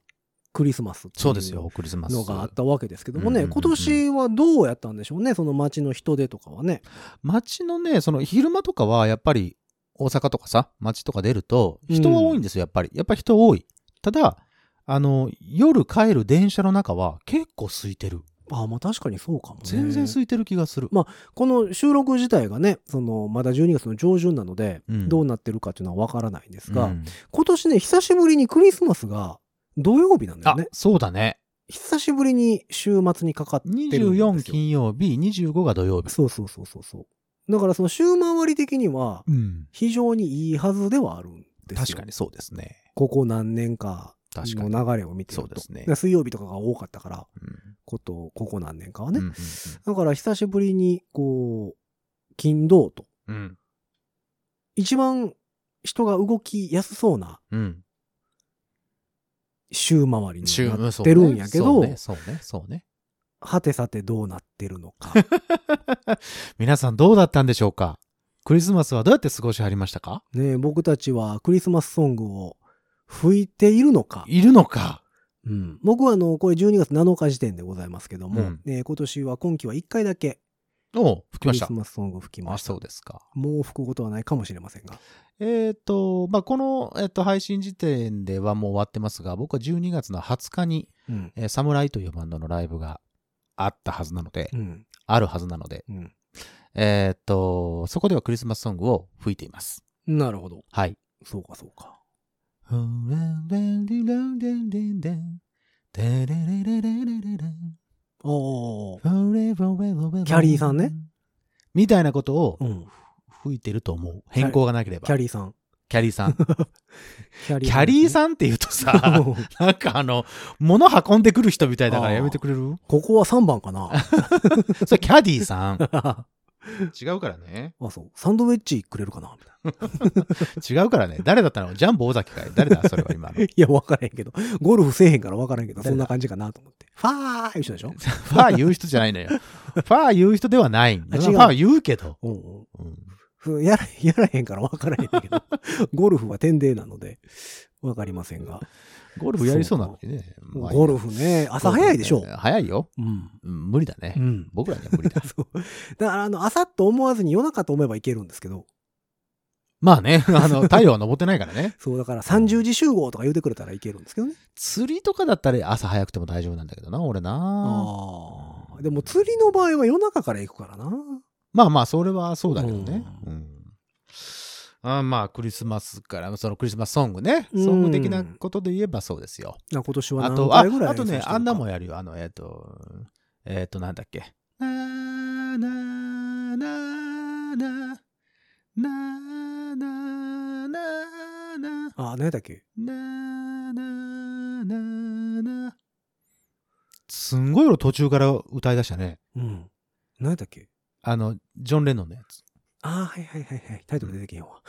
B: クリスマスって
C: そうです
B: い
C: よ、クリスマ
B: う
C: ス。
B: のがあったわけですけども
C: う
B: ね、
C: ん
B: 今年はどうやったんでしょうね、その街の人出とかはね。
C: 街のね、その昼間とかはやっぱり大阪とかさ、街とか出ると人は多いんですよ、やっぱり。やっぱり人多い。ただ、あの、夜帰る電車の中は結構空いてる。
B: ああ、まあ確かにそうかもね。
C: 全然空いてる気がする。
B: まこの収録自体がね、その、まだ12月の上旬なので、
C: うん
B: どうなってるかっていうのはわからないんです
C: う
B: が、
C: ん
B: 今年ね、久しぶりにクリスマスが土曜日なんだ
C: あ
B: よね、。
C: そうだね。
B: 久しぶりに週末にかかってるんですよ。
C: 24金曜日、25が土曜日。
B: そうそうそうそうそう。だからその週回り的には
C: うん。
B: 非常にいいはずではあるんですよ。
C: 確かにそうですね。
B: ここ何年か
C: 確かに。
B: の流れを見てると。
C: そうですね
B: だから水曜日とかが多かったから、
C: うん
B: こと、ここ何年かはね。
C: うんうん
B: だから久しぶりに、こう、金土と、
C: うんうん
B: 一番人が動きやすそうな
C: うん
B: 週回り
C: 中
B: になっ
C: そう
B: てるんやけど、
C: ねそうねそうねそうね
B: はてさてどうなってるのか。
C: 皆さんどうだったんでしょうかクリスマスはどうやって過ごしはりましたか
B: ねえ僕たちはクリスマスソングを吹いているのか。
C: いるのか
B: うん、僕はあの、これ12月7日時点でございますけども、
C: うん
B: えー今年は今季は1回だけ
C: おう吹き
B: ク
C: ま
B: リ
C: した
B: スマスソング吹きま
C: あ
B: した
C: そう。ですか
B: もう吹くことはないかもしれませんが。
C: えっ、とまあこの、えっと配信時点ではもう終わってますが僕は12月の20日に、
B: うん。
C: えー、サムライというバンドのライブがあったはずなので、
B: うん。
C: あるはずなので
B: うん。
C: えっ、とそこではクリスマスソングを吹いています
B: なるほど。
C: はい
B: そうかそうか。おー。
C: キ
B: キャリーさんね。
C: みたいなことを
B: うん。
C: 吹いてると思う。変更がなければ。
B: キャリーさん。
C: キャリーさん。
B: キャ
C: キャリ ー
B: ん
C: さんって言うと
B: です
C: さ、
B: ね
C: なんかあの、物運んでくる人みたいだからやめてくれる
B: ここは3番かな。
C: それキャディーさん。違うからね。
B: あ、そう。サンドウェッジくれるかなみたいな。
C: 違うからね。誰だったのジャンボ尾崎かい誰だそれは今の。フ
B: いや、わからへんけど。ゴルフせえへんからわからへんけど、そんな感じかなと思って。ファーいう人でしょ
C: ァー言う人じゃないのよ。ファー言う人ではない。フ
B: あ違う
C: ァー言うけど。
B: うんうん。
C: うん
B: ふ やら、やらへんからわからへんけど。 ゴルフは天でなので、わかりませんが。
C: ゴルフやりそうなのにね。まあ
B: ゴルフね、朝早いでしょ。
C: 早いよ。
B: うん。
C: うん無理だね。
B: うん。。
C: 僕らには無理だ
B: そう。だから、あの、朝と思わずに夜中と思えばいけるんですけど、
C: まあね、あの、太陽は昇ってないからね。
B: そう、だから30時集合とか言うてくれたらいけるんですけどね。
C: 釣りとかだったら朝早くても大丈夫なんだけどな、俺な。
B: ああ。でも釣りの場合は夜中から行くからな。
C: まあまあ、それはそうだけどね。
B: う
C: うんあーまあ、クリスマスから、そのクリスマスソングね。
B: うん
C: ソング的なことで言えばそうですよ。
B: な今年は
C: あ
B: 何
C: と、あ
B: 回ぐらい
C: あとね、あんなも
B: ん。
C: んやるよ。あの、えっ、と、えっ、と、なんだっけ。なーなーなーなーなーなーなーなー
B: あ、何やったっけ
C: なーなーなーなーすんごい俺途中から歌い出したね。
B: うん。何やったっけ
C: あの、ジョン・レノンのや つ。
B: ああ、はいはいはいはい。タイトル出てけへん わ。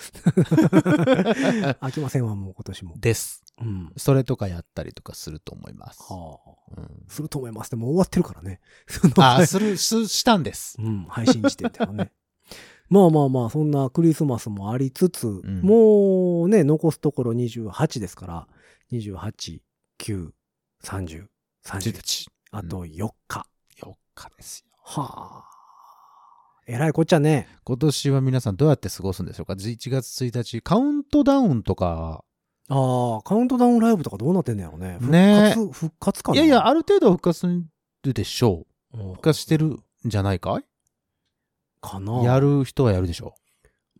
B: 飽きませんわ、もう今年も。
C: です。
B: うん。
C: それとかやったりとかすると思います。
B: はあ。
C: うん
B: すると思います。でも終わってるからね。その
C: あ、する、す、したんです。
B: うん、配信時点ではね。 まあまあまあ、そんなクリスマスもありつつ、
C: ん
B: もうね、残すところ28ですから、28、9、30、
C: 1
B: 30、
C: 日。
B: あと4日。
C: 4日ですよ。
B: はあ。えらいこっちゃね。
C: 今年は皆さんどうやって過ごすんでしょうか ?11 月1日、カウントダウンとか、
B: ああ、カウントダウンライブとかどうなってんだろうね。復
C: ね
B: 活、復活かない
C: やいや、ある程度復活するでしょう。
B: うん
C: 復活してるんじゃないかい
B: かな。
C: やる人はやるでしょ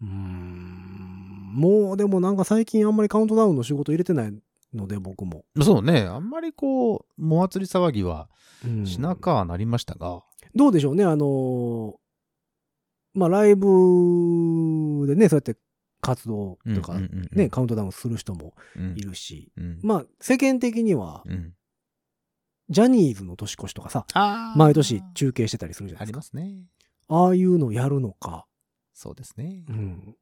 B: うーん。もうでもなんか最近あんまりカウントダウンの仕事入れてないので、僕も。
C: う。そうね、あんまりこう、もあつり騒ぎは
B: うん
C: しなかはなりましたが、
B: どうでしょうね、あのーまあ、ライブでね、そうやって活動とか、ね、カウントダウンする人も
C: うん
B: いるし、
C: うん
B: まあ、世間的には、
C: うん
B: ジャニーズの年越しとかさ、
C: あー
B: 毎年中継してたりするじゃな
C: あ
B: いで
C: り
B: すか。
C: ますね。
B: ああいうのやるのか。
C: そうですね
B: う。ん。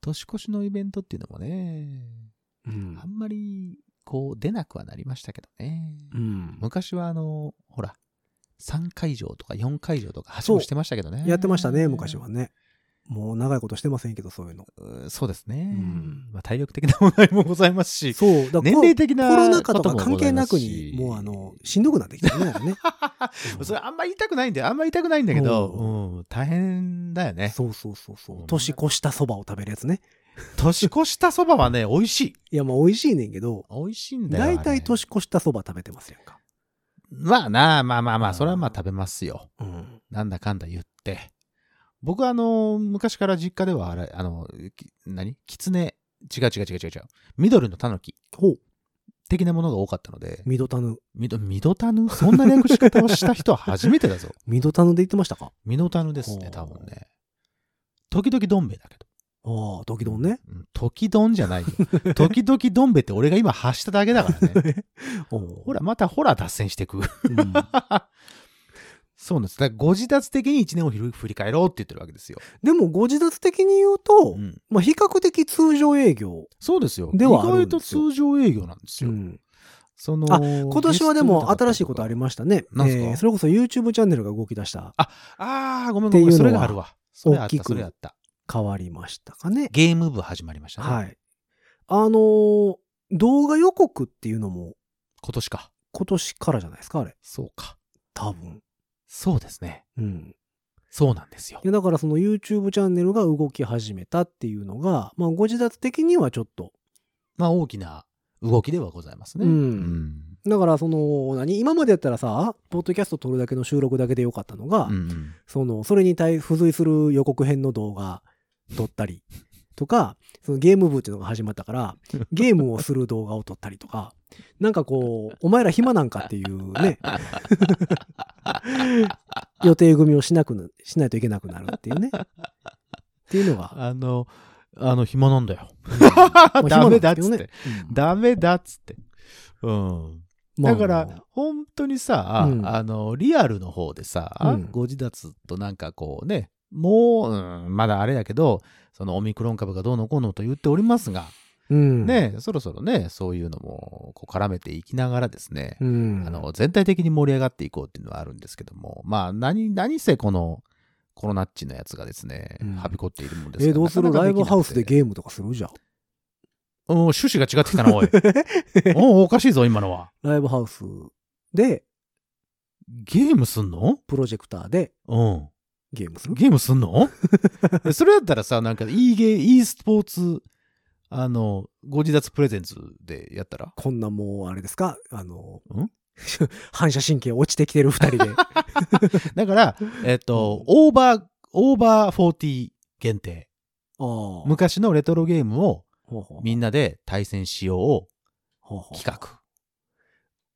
C: 年越しのイベントっていうのもね、
B: うん
C: あ。んまりこう出なくはなりましたけどね。
B: うん、
C: 昔はあの、ほら、3会場とか4会場とかはしごしてましたけどね。
B: やってましたね、昔はね。もう長いことしてませんけど、そういうの。
C: うん。そうですね。
B: ん
C: まあ、体力的な問題もございますし、
B: そう、だから
C: 年齢的な
B: コロナ禍とか
C: ことも
B: 関
C: ござ
B: 係
C: いま
B: なく
C: すし
B: に、もうあの、しんどくなってきたね、なんかね。うん
C: それあんまり言いたくないんで、あんまり言いたくないんだけど、
B: う
C: うん、大変だよ ね。。
B: そうそうそうそううん年越したそばを食べるやつね。
C: 年越したそばはね、美味しい。
B: いや、まあ美味しいねんけど、
C: 美味しいんだよ。
B: 大
C: あれ
B: 体年。越したそば食べてますやんか。
C: まあなあ、まあまあまあ、それはまあ食べますよ。
B: うん。
C: なんだかんだ言って。僕はあの、昔から実家ではあれ、あの、き何キツネ、違う違う違う違う違う。緑のタヌキ
B: ほう。
C: 的なものが多かったので、
B: ミドタヌ。
C: みど、みどたぬそんな略し方をした人は初めて だぞ。
B: ミドタヌで言ってましたか
C: みどたぬですね、
B: ほ
C: 多
B: う
C: 分ね。時々どん兵衛だけど。
B: ああ、ドキドンね。
C: うん時どんじゃ ないよ。時々どん兵衛って俺が今発しただけだからね。
B: おう
C: ほら、、またほら脱線してく。
B: うん
C: そうなんです。だからご自立的に一年を振り返ろうって言ってるわけですよ。
B: でも、ご自立的に言うと
C: う、ん
B: まあ、比較的通常営業。
C: そうですよ。
B: ではあ
C: 意
B: る
C: 外
B: んで
C: と
B: すよ
C: 通常営業なんです
B: う
C: よ。
B: ん
C: その
B: あ今年はでも新しいことあり
C: ま
B: ましたね。
C: なんすか
B: えーそれこそ YouTube チャンネルが動き出した、
C: す。ああ、ごめ
B: っ
C: んごめ
B: て
C: ん。
B: いう
C: そ
B: のは
C: れがあるわ。それあ
B: 大
C: っ
B: き
C: た、
B: く
C: それあった。
B: 変わりましたかね。
C: ゲーム部始まりましたね。
B: はい。あのー動画予告っていうのも
C: 今年か。
B: 今年からじゃないですか、あれ。
C: そうか。
B: 多分。
C: そうですね。
B: うん。
C: そうなんですよ
B: い。やだからその YouTube チャンネルが動き始めたっていうのが、まあご自立的にはちょっと。
C: まあ大きな動きではございますね。
B: うん
C: うん
B: だからその、何今までやったらさ、ポッドキャスト撮るだけの収録だけでよかったのが、
C: うん
B: その、それに対付随する予告編の動画撮ったりとか、そのゲーム部っていうのが始まった から、ゲームをする動画を撮ったりとか、なんかこう、お前ら暇なんかっていう ね、予定組みをしなくな、しないといけなくなるっていうね。っていうの が、
C: あの、あの、暇なんだよ。
B: まあ
C: ダメだっ
B: 暇
C: つ
B: なん
C: っ
B: で
C: て
B: す。けどねうん
C: ダメだっつって。うん。
B: まあ
C: だから、本当にさ、
B: うん
C: あの、リアルの方でさ、
B: うん
C: ご自立となんかこうね、もう、うんまだあれやけど、そのオミクロン株がどうのこうのと言っておりますが、
B: うん。
C: ね、そろそろね、そういうのもこう絡めていきながらですね、
B: うん。
C: あの、全体的に盛り上がっていこうっていうのはあるんですけども、まあ、何、何せこの、コロナっちのやつがですね、
B: うん
C: はびこっているもんです
B: え、どうする
C: なかな
B: ラ
C: か
B: イ
C: き
B: ブ
C: なくて
B: ハウスでゲームとかするじゃん。
C: うん、趣旨が違ってきたな、お い。おうおかしいぞ、今のは。
B: ライブハウスで、
C: ゲームすんの
B: プロジェクターで
C: うん。
B: ゲームする
C: ゲームすん のそれだったらさ、なんか、e ゲー、e スポーツ、あの、ご自立プレゼンツでやったら
B: こんなもう、あれですかあの
C: ん、
B: 反射神経落ちてきてる二 人で。
C: だから、えっと、オーバー、オーバー40限定。
B: ああ。
C: 昔のレトロゲームを
B: ほうほう
C: みんなで対戦しようを
B: ほうほう
C: 企画。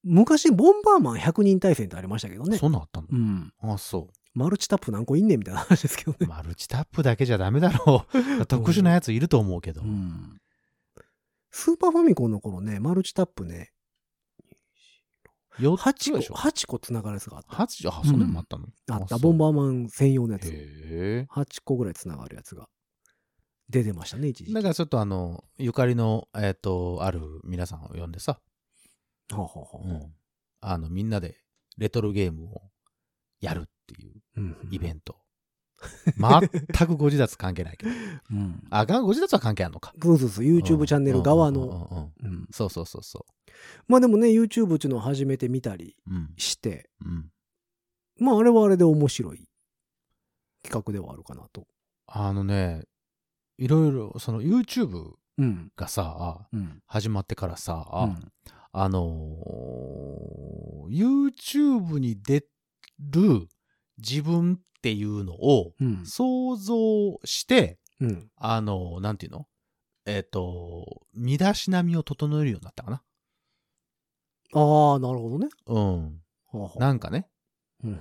B: 昔、ボンバーマン100人対戦ってありましたけどね。
C: そんなんあったんだ
B: う。ん。
C: あそ
B: マルチタップ何個いんねんみたいな話ですけど
C: う。
B: ね。
C: マルチタップだけじゃダメだろ う。特殊なやついると思うけど
B: う。ん。スーパーファミコンの頃ね、マルチタップね、
C: 4つ
B: 8個、
C: でしょ
B: 8個つながるやつがあった。
C: 八あ、そんなのもあったの
B: あった、ボン
C: バ
B: バーマン専用のやつ。
C: へえ。
B: 8個ぐらいつながるやつが出てましたね、一時期。
C: なんかちょっとあの、ゆかりの、えっ、と、ある皆さんを呼んでさ、
B: ほうほうほう
C: うんあの、みんなでレトロゲームをやるっていう
B: うん
C: イベント。全くご自立関係ないけど。
B: うん
C: あ、がご自立は関係あるのか。
B: そうそうそう、YouTube チャンネル側
C: うんうん
B: の。
C: うんうん。
B: うん
C: そうそうそうそ
B: まあでもね、YouTube っていうのを始めてみたり
C: う。うん。
B: して、
C: うん。
B: まああれはあれで面白い企画ではあるかなと。
C: あのね、いろいろ、その YouTube
B: うん。
C: がさ、
B: うん。
C: 始まってからさ、
B: うん
C: あのー YouTube に出る自分っていうのを
B: うん。
C: 想像して、
B: うん。
C: あのーなんていうのえっ、と、身だしなみを整えるようになったかな。
B: ああ、なるほどね。
C: うん。
B: ほうほう
C: なんかね、
B: うんうん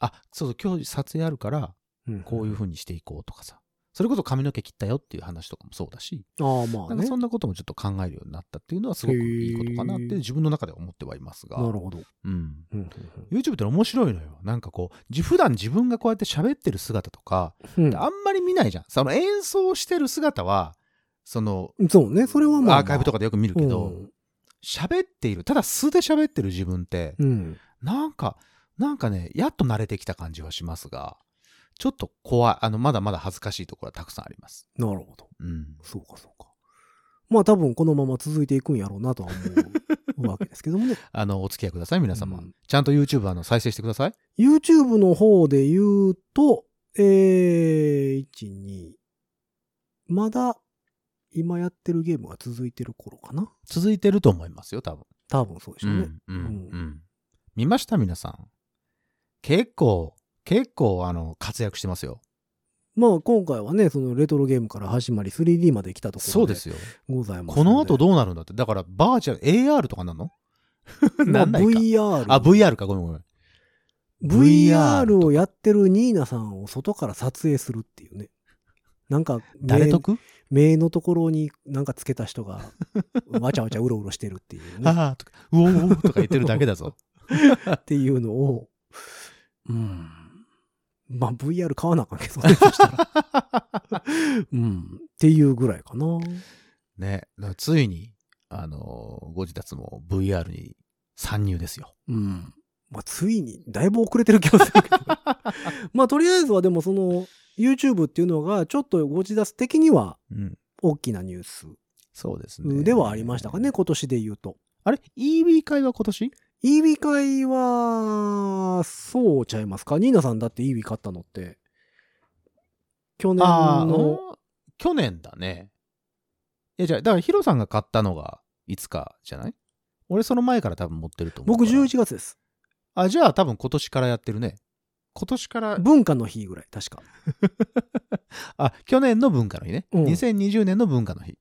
C: あ、そうそう、今日撮影あるから、
B: うんうん
C: こういう風にしていこうとかさ。それこそ髪の毛切ったよっていう話とかもそうだし、
B: ああ、ま
C: な
B: あ
C: んか
B: ね。
C: そんなこともちょっと考えるようになったっていうのはすごくいいことかなって
B: へー
C: 自分の中では思ってはいますが。
B: なるほど。
C: うん。
B: うん
C: YouTube って面白いのよ。なんかこう、じ普段自分がこうやって喋ってる姿とか、
B: うん
C: あんまり見ないじゃん。その演奏してる姿は、その、
B: うんそうね、それはまあ。
C: アーカイブとかでよく見る
B: だ
C: けど、、喋、っている、ただ素で喋ってる自分って、
B: うんうん。
C: なんか、なんかね、やっと慣れてきた感じはしますが、ちょっと怖い。あの、まだまだ恥ずかしいところはたくさんあります。
B: なるほど。
C: うん。
B: そうか、そうか。まあ多分このまま続いていくんやろうなとは思うわけですけどもね。
C: あの、お付き合いください、皆様。
B: うん
C: ちゃんと YouTube あの再生してください。
B: YouTube の方で言うと、えー、1、2、まだ今やってるゲームが続いてる頃かな。
C: 続いてると思いますよ、多分。
B: 多分そうでしょうね。
C: うんう
B: うん
C: んうん見ました皆さん結構結構あの活躍してますよ
B: まあ今回はね、そのレトロゲームから始まり 3D まで来たところ
C: そうですよ
B: ございます
C: こ
B: ので。
C: の後どうなるんだってだからバーチャル AR とかなの
B: ま
C: な
B: あ
C: んないか、
B: VR。
C: あ VR かごめんごめん VR
B: VR をやってるニーナさんを外から撮影するっていうね。なんか
C: 誰
B: 目、
C: 得、
B: 目のところになんかつけた人が、わちゃわちゃうろうろしてるっていうね。
C: ああとかうおーとか言ってるだけだ ぞ
B: っていうのを、うん。まあ、VR 買わなあかんけどね、そしたら。 うん。っていうぐらいかな。
C: ねだからついにあのーご自立も VR に参入ですよ
B: うん。まあ、ついに、だいぶ遅れてる気がするけど。 まあ、とりあえずはでもその、YouTube っていうのが、ちょっとご自立的には
C: うん
B: 大きなニュース
C: そうですね
B: ではありましたかね、今年で言うと。
C: あれ EB 会は今年
B: EB 会は、そうちゃいますかニーナさんだって EB 買ったのって、去年
C: ああ
B: の、
C: うん去年だね。いや、じゃあ、だからヒロさんが買ったのがいつかじゃない俺その前から多分持ってると思う。
B: 僕11月です。
C: あ、じゃあ多分今年からやってるね。今年から、
B: 文化の日ぐらい、確か。
C: あ、去年の文化の日ね。
B: うん
C: 2020年の文化の日。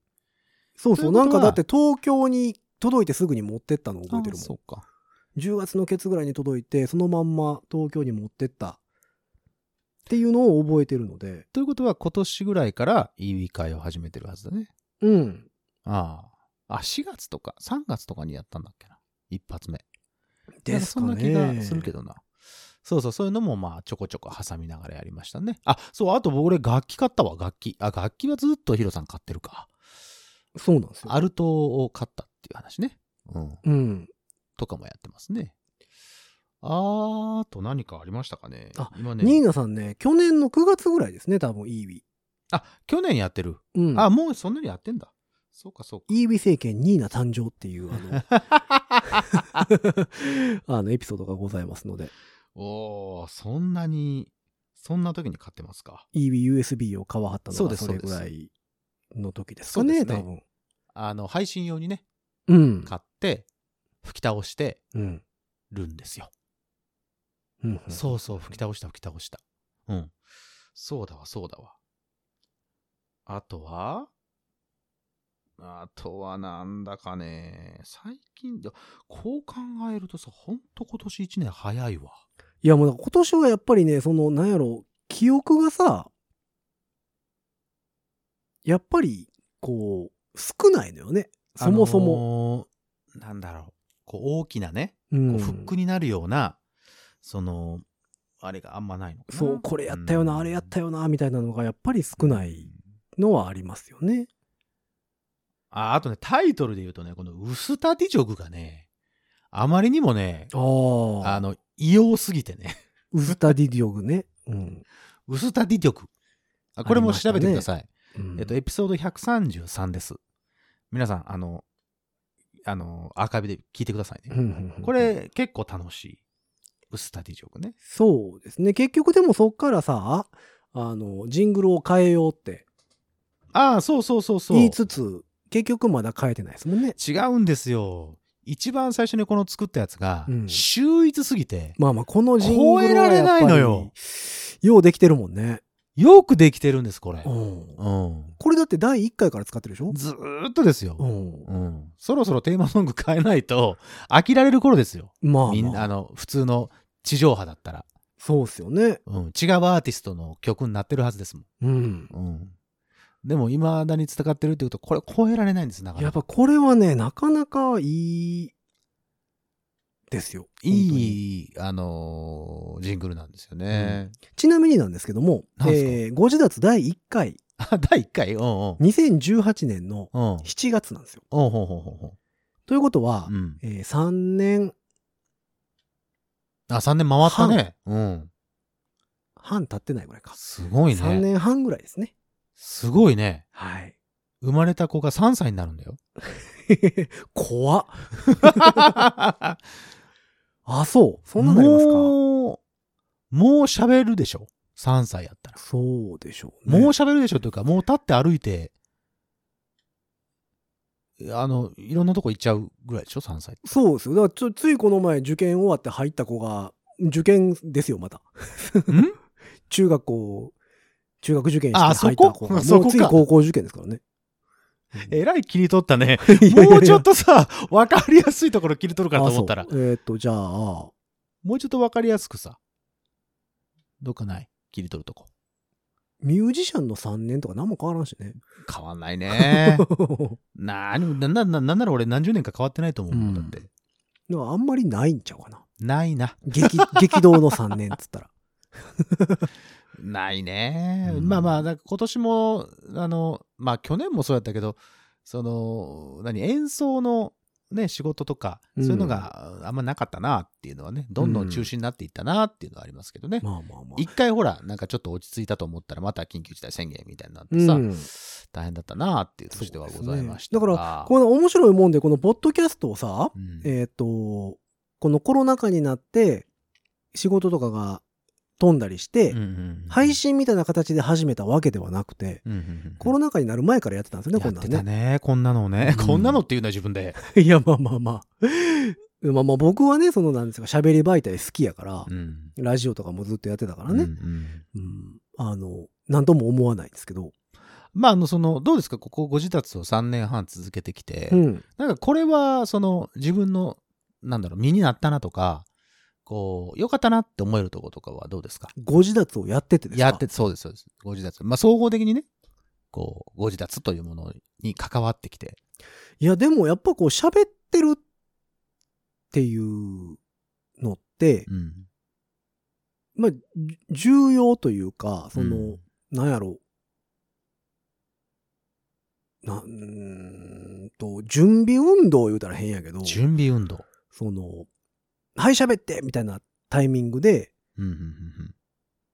B: そうそ、
C: といううこと
B: な
C: は
B: んかだって東京に届いてすぐに持ってったの覚えてる
C: あ
B: もん。
C: そうか。
B: 10月のケツぐらいに届いて、そのまんま東京に持ってったっていうのを覚えてるので、
C: ということは今年ぐらいから EV 会を始めてるはずだね。
B: うん。
C: ああ。あ、4月とか3月とかにやったんだっけな。一発目。
B: ですか
C: なんそんな気が
B: ね。
C: するけどな。そうそう、そういうのもまあちょこちょこ挟みながらやりましたね。あ、そう、あと僕俺楽器買ったわ、楽器。あ、楽器はずっとヒロさん買ってるか。
B: そうなんですよ。
C: アルトを買ったっていう話ね。うん。
B: うん。
C: とかもやってますね。あーと何かありましたかね。
B: あ、
C: 今
B: ニー
C: ね。
B: ナさんね、去年の9月ぐらいですね、多分、イービ
C: あ、去年やってる。
B: ー。うん。
C: あ、もうそんなにやってんだ。そうか、そうか。
B: イービー政権ニーナ誕生っていう、 あの、 あの、エピソードがございますので、
C: おー、そんなに、そんな時に買ってますか。
B: イービー USB を買わはった
C: そ
B: の
C: うで
B: が
C: す
B: それぐらいの時です
C: そ
B: か
C: うで
B: ね、
C: すね
B: 多分。
C: あの、配信用にね、
B: うん。
C: 買って、吹き倒して
B: うん。
C: るんですよ。
B: うん。
C: そうそう、吹き倒した、吹き倒した。うん。そうだわ、そうだわ。あとはあとはなんだかね、最近だ、こう考えるとさ、ほんと今年1年早いわ。
B: いや、もうなんか今年はやっぱりね、その、なんやろ、記憶がさ、やっぱり、こう、少ないのよね。そもそも。
C: も。なんだろう、こう大きなね、
B: う
C: こ
B: ん
C: うフックになるような、その、あれがあんまないのかな。
B: そう、これやったよな、あれやった
C: よ、
B: よな、みたいなのがやっぱり少ないのはありますよね。
C: あ、あとね、タイトルで言うとね、このウスタディジョグがね、あまりにもね、
B: あ
C: あ
B: あ。
C: の、異様すぎて ね。
B: ウスタディディオグね。うん。
C: ウスタディジョク。あこれも調べてください。
B: うん
C: えっと、エピソード133です。皆さん、あの、あの、アーカイブで聞いてください
B: うんう
C: ね。
B: んうん
C: これ、結構楽しい。ウスタディジョクね。
B: そうですね。結局でもそっからさ、あの、ジングルを変えようって
C: ああ、そうそうそうそう。
B: 言いつつ、結局まだ変えてないですもんね。
C: 違うんですよ。一番最初にこの作ったやつが
B: う、ん
C: 秀逸すぎて、
B: まあまあ、このジングルはやっぱ
C: 超えられな
B: り
C: いのよ。
B: ようできてるもんね。
C: よくできてるんです、これ。
B: うん。
C: うん。
B: これだって第1回から使ってるでしょ
C: ずーっとですよ
B: う。ん。
C: うん。そろそろテーマソング変えないと、飽きられる頃ですよ。
B: まあ、まあ、
C: みんな、あの、普通の地上波だったら。
B: そうっすよね。
C: うん、違うアーティストの曲になってるはずですも
B: うん。
C: ん。うん、でも、未だに戦ってるってこと、これ超えられないんです、なか
B: や
C: な
B: っ
C: か。
B: ぱこれはね、なかなかいいですよ。本当に
C: いい、あのージングルなんですよね。
B: ちなみになんですけども、
C: なんすか
B: えー、ご自立第1回、
C: あ、第1回うんうん。
B: 2018年の
C: うん。うん、
B: 7月なんですよ。
C: ほうほうほうほ
B: ということは、
C: う。うん。
B: えー3年
C: あ、3年回ったね。うん。
B: 半経ってないぐらいか。
C: すごい
B: 3
C: ね。
B: 年半ぐらいですね。
C: すごいね。
B: はい。
C: 生まれた子が3歳になるんだよ。
B: 怖っ。あ、そう。そんなになりますか
C: もう、もう喋るでしょ。3歳やったら。
B: そうでしょう、ね。
C: もう喋るでしょというか、もう立って歩いて、あの、いろんなとこ行っちゃうぐらいでしょ ?3 歳って。
B: そうですよ。だからつついこの前受験終わって入った子が、受験ですよ、また。
C: ん
B: 中学校、中学受験して
C: あ
B: 入った子が。
C: そこ
B: もう
C: そこか
B: 次高校受験ですからね。
C: えらい切り取ったね。
B: も
C: もうちょっとさ、わかりやすいところ切り取るからと思ったら、
B: えーっ、と、じゃあ、
C: もうちょっとわかりやすくさ、どっかない切り取るとこ。
B: ミュージシャンの3年とか何も変わらんしね。
C: 変わんない ね。なにも、な、な、ななんなら俺何十年か変わってないと思うもん、だって。
B: だからあんまりないんちゃうかな。
C: ないな。
B: 激、 激動の3年っつったら。
C: ないね、
B: うん
C: まあまあ、だから今年も、あの、まあ去年もそうやったけど、その、何、演奏のね、仕事とか、
B: うん
C: そういうのがあんまなかったなっていうのはね、どんどん中止になっていったなっていうのはありますけどね。
B: まあまあまあ。
C: 一回ほら、なんかちょっと落ち着いたと思ったら、また緊急事態宣言みたいになってさ、
B: うん
C: 大変だったなっていう年ではございました
B: そうですねだ
C: ら
B: この面白いもんで、このポッドキャストをさ、
C: うん
B: えーっ、と、このコロナ禍になって、仕事とかが飛んだりして、
C: うんうんうん
B: 配信みたいな形で始めたわけではなくて、
C: うんうんうん
B: コロナ禍になる前からやってたんですよね、
C: や
B: こ
C: っ
B: んなん
C: て
B: ね。
C: たね、こんなのをね、
B: うん
C: こんなのっていうのは自分で。
B: いや、まあまあまあ。まあまあ僕はね、そのなんですか、喋り媒体好きやから、
C: うん
B: ラジオとかもずっとやってたからね。
C: うん
B: う
C: うん
B: ん。あの、なんとも思わないですけど。
C: まあ、あの、その、どうですか、ここ、ご自立を3年半続けてきて、
B: うん。
C: なんかこれは、その、自分の、なんだろう、身になったなとか、こう、良かったなって思えるとことかはどうですか
B: ご自立をやっててですか
C: やって、そうです、そうです。ご自立。まあ、総合的にね、こう、ご自立というものに関わってきて。
B: いや、でもやっぱこう喋ってるっていうのって、
C: うん。
B: まあ、じ重要というか、その、
C: うん
B: なんやろう。な、うーんと、準備運動言うたら変やけど、
C: 準備運動。
B: その、はい喋ってみたいなタイミングで、
C: うんうんうんうん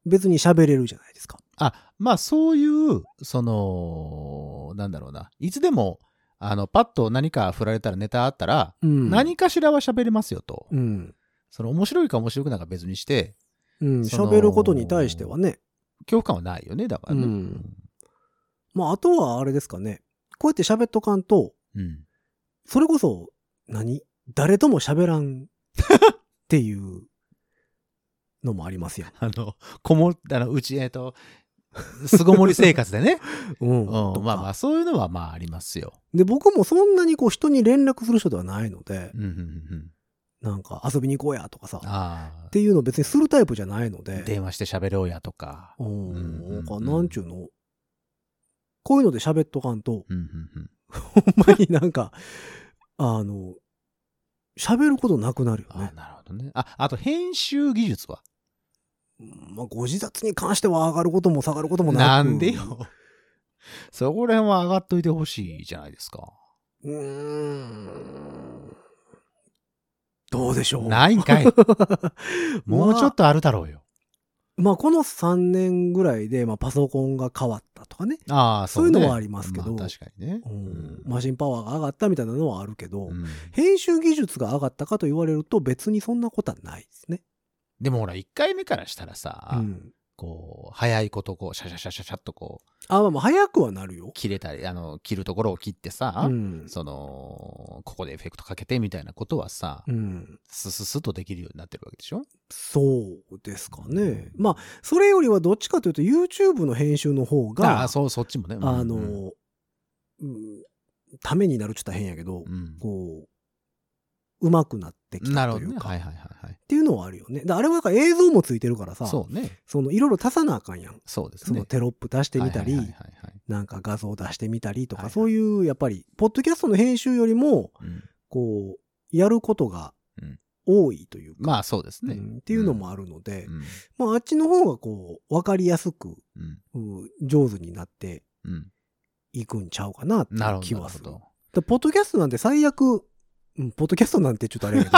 B: 別に喋れるじゃないですか。
C: あ、まあそういう、その、なんだろうな。いつでも、あの、パッと何か振られたらネタあったら、
B: うん。
C: 何かしらは喋れますよと。
B: うん。
C: その面白いか面白くないか別にして、
B: うん。
C: その
B: 喋ることに対してはね。
C: 恐怖感はないよね、だからね。
B: うんまあ、あとはあれですかね。こうやって喋っとかんと、
C: うん。
B: それこそ、何誰とも喋らんっていうのもありますよ。
C: あの、こも、あの、うち、えっと、巣ごもり生活でね。
B: うん。
C: うん、
B: とか
C: まあまあ、そういうのはまあありますよ。
B: で、僕もそんなにこう人に連絡する人ではないので
C: う、ん、うん、うん。
B: なんか遊びに行こうやとかさ、っ
C: あ
B: ていうのを別にするタイプじゃないの
C: あ、
B: で、
C: 電話して喋ろうやとか。
B: う、
C: うんうんうんん
B: なんかなんちゅうの、こういうので喋っとかんと、
C: うん、うん、うん。
B: ほんまになんか、あの、喋ることなくなるよ
C: あ
B: ね
C: あ、。なるほどね。あ、あと、編集技術は
B: うんまあ、ご自殺に関しては上がることも下がることもなく。
C: なんでよ。 そこら辺は上がっといてほしいじゃないですか。
B: うーん。どうでしょう。
C: ないん かい。もうちょっとあるだろうよ。
B: まあ、この3年ぐらいで、まあ、パソコンが変わったとかね、
C: ああ、そう、ね、
B: そういうのはありますけど
C: まあ確かにね。
B: うん
C: うん
B: マシンパワーが上がったみたいなのはあるけど、
C: うん
B: 編集技術が上がったかと言われると別にそんなことはないですね。
C: でもほら、1回目からしたら
B: う
C: さ、
B: ん、
C: こう、早いことこう、シャシャシャシャシャっとこう、
B: あ、まあまあ、早くはなるよ。
C: 切れたり、あの、切るところを切ってさ、
B: うん
C: その、ここでエフェクトかけてみたいなことはさ、
B: うん、
C: スススッとできるようになってるわけでしょ
B: そうですかね。まあ、それよりはどっちかというと YouTube の編集の方
C: ああ、
B: が、
C: そう、そっちもね。うん
B: あの、
C: うん
B: うんためになるちょっと変やけど、
C: うん
B: こう、うまくなってき
C: な
B: た
C: るほ
B: とい
C: ど
B: う
C: ね。
B: か、
C: はい
B: っ
C: はいはいはい。
B: ていうのはあるよね。だあれはなんか映像もついてるからさ、そ
C: そうね。
B: のいろいろ足さなあかんやん。
C: そうです
B: そ
C: ね。
B: のテロップ出してみたり、
C: はいはいはいはいはい
B: なんか画像出してみたりとか、
C: はいはい
B: そういうやっぱり、ポッドキャストの編集よりも、
C: うん
B: こう、やることが
C: うん
B: 多いというか、
C: まあそうですね。
B: うんっていうのもあるので、
C: うん
B: まああっちの方がこう、わかりやすく、
C: うん
B: うん上手になって
C: うん
B: いくんちゃうかなって
C: なるほど。
B: 気
C: な
B: は
C: る
B: す
C: ほ
B: る。
C: ど
B: だポッドキャストなんて最悪、うん、ポッドキャストなんてちょっとあれやけど、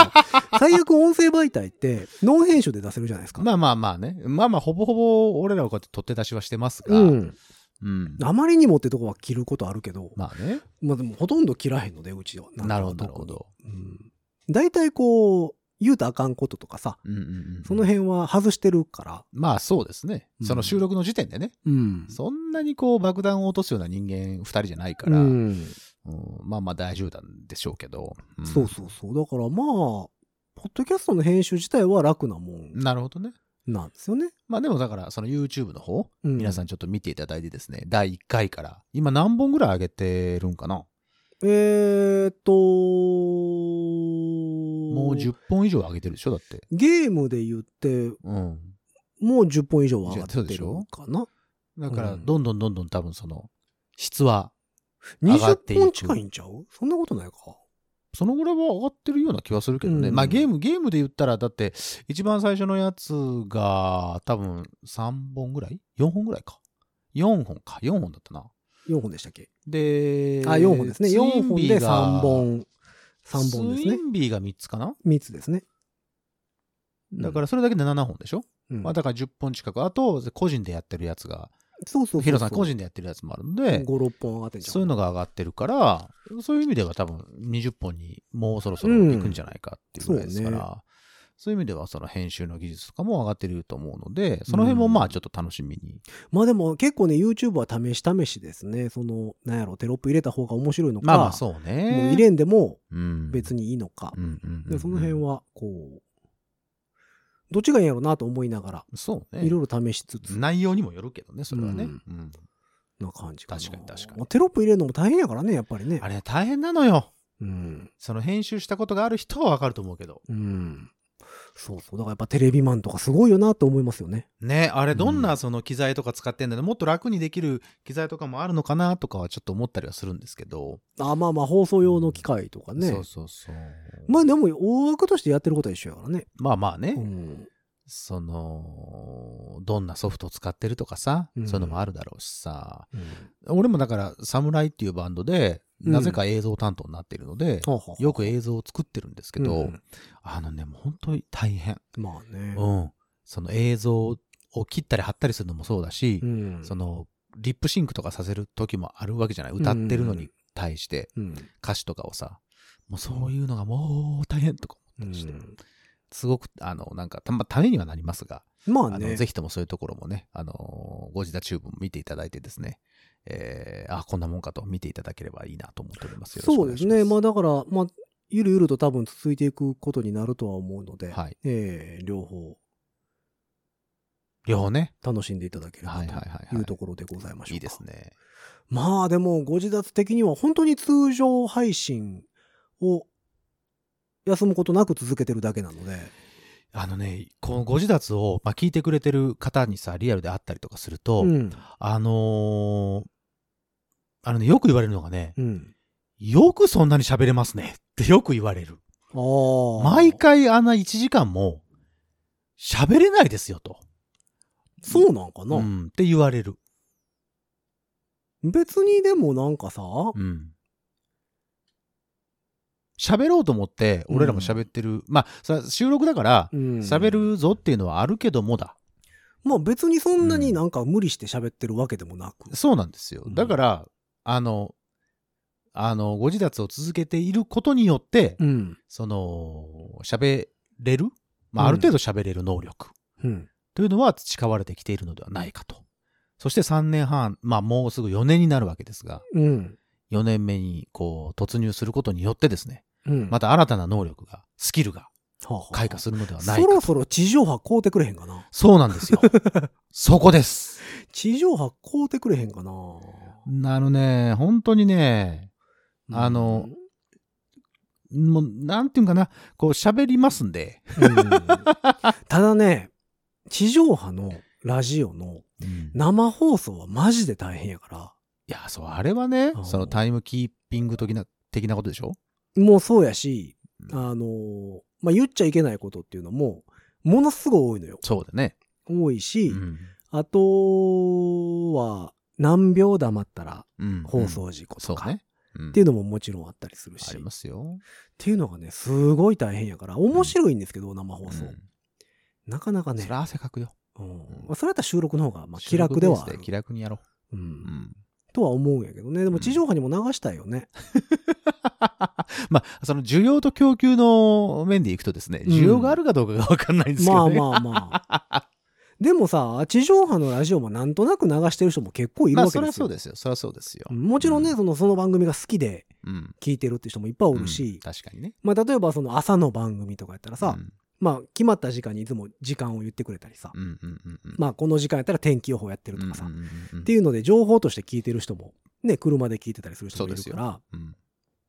B: 最悪音声媒体ってノン編集で出せるじゃないですか。
C: まあまあまあね。まあまあ、ほぼほぼ俺らはこうやって取って出しはしてますが。
B: うん。
C: うん
B: あまりにもってとこは切ることあるけど、まあ、
C: まあね。
B: でもほとんど切らへんので、うちは。んか
C: なるほど、なる
B: 特
C: ほ
B: に
C: ど。
B: うん。大体こう、言うとあかんこととかさ、
C: うんうんうん
B: その辺は外してるから、
C: まあそうですね
B: う。ん
C: その収録の時点でね。
B: うん
C: そんなにこう爆弾を落とすような人間二人じゃないから、うん
B: ん、
C: まあまあ大丈夫なんでしょうけど。ん
B: そうそうそう。だからまあ、ポッドキャストの編集自体は楽なもん
C: なるほどね。
B: なんですよね。
C: まあでもだから、その YouTube の方、
B: うん、
C: 皆さんちょっと見ていただいてですね、第1回から、今何本ぐらい上げてるんかな
B: えーっと、
C: も
B: も
C: う10本以上上げてるでしょだって。
B: ゲームで言って、
C: うん。
B: もう10本以上は上がってるかな。
C: だから、
B: うん
C: どんどんどんどん多分その、質は、上がって
B: 20
C: いく
B: 本近いんちゃうそんなことないか。
C: そのぐらいは上がってるような気はするけどね。
B: うん
C: まあゲーム、ゲームで言ったら、だって、一番最初のやつが、多分3本ぐらい ?4 本ぐらいか。4本か。4本だったな。
B: 4本でしたっけ、
C: で、
B: あ、4本ですね。
C: ツイ
B: 4
C: ン
B: 本
C: ビー
B: で
C: が
B: 3。本。3本です
C: ツイ
B: ね。
C: ンビーが3つかな
B: 3つですね。
C: だからそれだけで7本でしょ、
B: うん、
C: まあだから10本近く。あと、個人でやってるやつが、
B: そうそうそうそう。
C: ヒロさん個人でやってるやつもあるん
B: で5、、
C: で
B: 6本上がってんじゃん。
C: そういうのが上がってるから、そういう意味では多分20本にもうそろそろいくんじゃないかっていうぐらいですから、
B: うんそう
C: そういう意味ではその編集の技術とかも上がってると思うので、その辺もまあちょっと楽しみに。
B: まあでも結構ね、YouTube は試し試しですね。その、なんやろ、テロップ入れた方が面白いのか、
C: まあまあそうね。
B: もう入れんでも
C: うん、
B: 別にいいのか
C: う。んうんうんうん
B: でその辺。は、こう、どっちがいいんやろうなと思いなが
C: そう
B: ら、
C: ね。
B: いろいろ試しつつ、
C: 内容にもよるけどね、それはね。
B: うん
C: うん
B: な感じかな。
C: 確かに確かに
B: まあテロップ入れるのも大変やからね、やっぱりね
C: あ。れ大変なのよ。
B: うん。
C: その編集したことがある人はわかると思うけど。
B: うん。そうそう。だからやっぱテレビマンとかすごいよなと思いますよね。
C: ね、あれどんうなその機材とか使ってんだろうもっと楽にできる機材とかもあるのかなとかはちょっと思ったりはするんですけど。
B: あまあまあ、放送用の機械とかね。
C: そうそうそう。
B: まあでも、大枠としてやってることは一緒やからね。
C: まあまあね、
B: うん。
C: その、どんなソフトを使ってるとかさ、
B: うん
C: そういうのもあるだろうしさ、
B: うん
C: 俺もだから、サムライっていうバンドで、
B: うん
C: なぜか映像担当になっているので、
B: ほうほう
C: よく映像を作ってるんですけど、
B: うん
C: あのね、もう本当に大変。
B: まあね。
C: うん。その映像を切ったり貼ったりするのもそうだし、
B: うん
C: その、リップシンクとかさせる時もあるわけじゃない。歌ってるのに対して、
B: うん
C: 歌詞とかをさ、もうそういうのがもう大変とか
B: う
C: 思ったりして、
B: ん
C: すごく、あの、なんか、たま、ためにはなりますが、
B: まあ
C: あ
B: ね
C: の、ぜひともそういうところもね、あのー、ゴジダチューブも見ていただいてですね、えー、あ、こんなもんかと見ていただければいいなと思っております。よろしく
B: そ
C: お
B: う
C: 願
B: で
C: い
B: す
C: しま
B: ね。
C: す
B: まあだから、まあ、ゆるゆると多分続いていくことになるとは思うので、
C: はい
B: えー両方
C: 両方ね、
B: 楽しんでいただければ
C: はいはいはいはい
B: というところでございましょうか。
C: いいですね。
B: まあでも、ご自宅的には本当に通常配信を休むことなく続けてるだけなので、
C: あのね、このゴジダツを、まあ、聞いてくれてる方にさ、リアルで会ったりとかすると、
B: うん。
C: あのーあのね、よく言われるのがね、
B: うん。
C: よくそんなに喋れますねってよく言われる。
B: ああ。
C: 毎回あんな1時間も喋れないですよと。
B: そうなんかな、
C: うん。って言われる。
B: 別にでもなんかさ、
C: うん。喋ろうと思って、俺らも喋ってる。まあさ、収録だから、
B: うん
C: 喋るぞっていうのはあるけどもだ。
B: まあ別にそんなになんか無理して喋ってるわけでもなく。
C: そうなんですよ。
B: うん
C: だから、あの、あの、ご自立を続けていることによって、
B: うん。
C: その、喋れる、まあ、あ
B: うん
C: る程度喋れる能力
B: うん。
C: というのは培われてきているのではないかと。そして3年半、まあもうすぐ4年になるわけですが、
B: うん。
C: 4年目にこう突入することによってですね、
B: うん。
C: また新たな能力が、スキルが
B: はあはあ
C: 開花するのではな
B: そ
C: いか
B: ろ
C: と。
B: そろ地上波買うてくれへんかな。
C: そうな んですよ。そこです。
B: 地上波買うてくれへんかな。
C: あのね、本当にね、あのもう、なんていうんかな、こう喋りますんで、
B: うん、ただね、地上波のラジオの
C: な
B: 生放送はマジで大変やか
C: いや、そう、あれはね
B: う、ん
C: そのタイムキーピング的な、的なことでしょ
B: ら、もうそうやし、
C: うん
B: あの、まあ、言っちゃいけないことっていうのも、ものすごい多いのよ。
C: そうだね。
B: 多いし、
C: うん
B: あとは、何秒黙ったら
C: うん
B: 放送事故
C: そ
B: と
C: う
B: か、
C: ね
B: っ。
C: うん
B: ていうのももちろんあったりするし、
C: あり
B: っ
C: ますよ。
B: ていうのがね、すごい大変やから、面白いんですけど、生放送。
C: うん
B: なかなかね
C: そ、れ汗かくよ。
B: うん、それやったら収録の方がまあ気楽ではあ
C: 収録ベー
B: る
C: スで気楽にやろ
B: う、
C: う。うんん。
B: とは思うんやけどねでも地上波にも流したいよね、
C: まあ、その需要と供給の面でいくとですね、
B: うん
C: 需要があるかどうかがわかんないんですけ
B: ま
C: ど
B: あ
C: ね。
B: まあまあ でもさ地上波のラジオもなんとなく流してる人も結構いる
C: ま
B: わ
C: あ、
B: けです
C: そ
B: よ、
C: りゃそうですよ。そりゃそうですよ。
B: うんもちろんね
C: う
B: そのその番組が好きで
C: うん。
B: 聞いてるって人もいっぱいおるし、
C: うん確かにね。
B: まあ、例えばその朝の番組とかやったらさ、
C: うん
B: まあ決まった時間にいつも時間を言ってくれたりさ、
C: うんうんうんうん。
B: まあこの時間やったら天気予報やってる
C: う
B: と
C: ん
B: かさ、
C: うんうんうんうん
B: っていうので情報として聞いてる人もね車で聞いてたりする人もいる
C: そう
B: か
C: です
B: ら
C: うん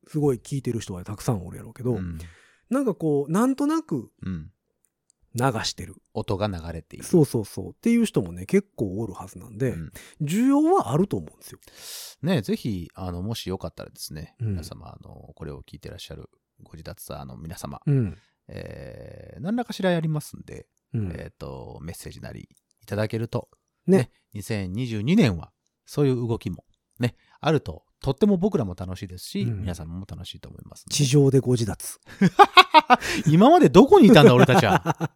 B: すごい聞いてる人はたくさんおるやろうけど、
C: うん
B: なんかこう、なんとなく
C: うん
B: 流してる。
C: 音が流れている。
B: そうそうそう。っていう人もね、結構おるはずなんで、
C: うん
B: 需要はあると思うんですよ。
C: ね、ぜひ、あの、もしよかったらですね、
B: うん
C: 皆様、あの、これを聞いてらっしゃるご自立者の皆様、
B: うん。
C: えー何らかしらやりますんで、
B: うん
C: えっ、と、メッセージなりいただけると、
B: ね
C: 2022年は、そういう動きも、ね、あると、とっても僕らも楽しいですし、
B: うん
C: 皆様も楽しいと思いますんで。
B: 地上でご自立。
C: 今までどこにいたんだ、俺たちは。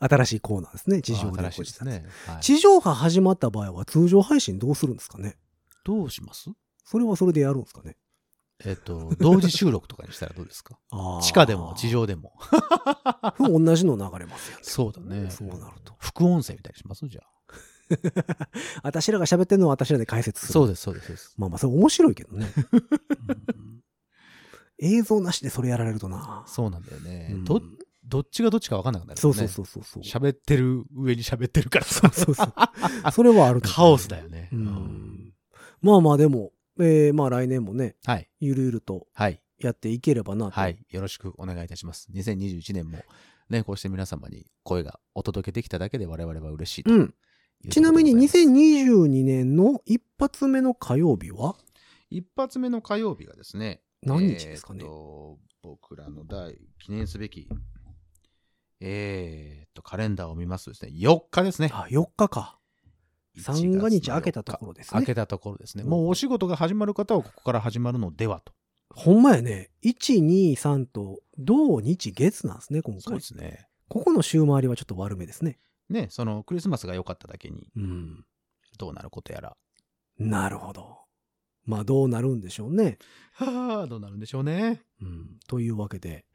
B: 新しいコーナーですね。地上でご
C: 新し
B: 自
C: いで
B: 立。
C: すね。はい
B: 地上波始まった場合は通常配信どうするんですかね
C: どうします
B: それはそれでやるんですかね
C: えっ、と、 同時収録とかにしたらどうですか
B: あー
C: 地下でも地上 でも。
B: 同じの流れますよね。
C: そうだね
B: そうなると。
C: 副音声みたいにしますじゃあ。
B: 私らが喋ってるのは私らで解説する。
C: そうです、そうです、そうです。
B: まあまあ、それ面白いけどね。うん映像なしでそれやられるとな。
C: そうなんだよね。
B: うん
C: ど、どっちがどっちか分かんなくなる、ね。
B: そうそうそうそうそう。
C: 喋ってる上に喋ってるからさ。
B: そうそう。それはあると思う
C: カオスだよね。
B: う
C: うん
B: ん。まあまあでも、えーまあ来年もね、
C: はい。
B: ゆるゆると
C: はい。
B: やっていければなと。
C: はい。よろしくお願いいたします。2021年も、ね、こうして皆様に声がお届けできただけで我々は嬉しいというう
B: ん。
C: ところでございます。
B: ちなみに2022年の一発目の火曜日は
C: 一発目の火曜日がですね、
B: 何日ですかね
C: えーっと僕らの第、記念すべき、ええーっと、カレンダーを見ますとですね、4日ですね。
B: あ、4日か。三が日
C: 1
B: 明けたところです
C: 明
B: ね。
C: けたところですね。もうお仕事が始まる方はここから始まるのではと。
B: ほんまやね。1、2、3と、土、日、月なんですね、今
C: そう
B: 回
C: で。すね。
B: ここの週回りはちょっと悪めですね。
C: ね、そのクリスマスが良かっただけに
B: うん。
C: どうなることやら。
B: なるほど。まあ、どうなるんでしょうね。
C: はあ、どうなるんでしょうね。
B: うん。というわけで、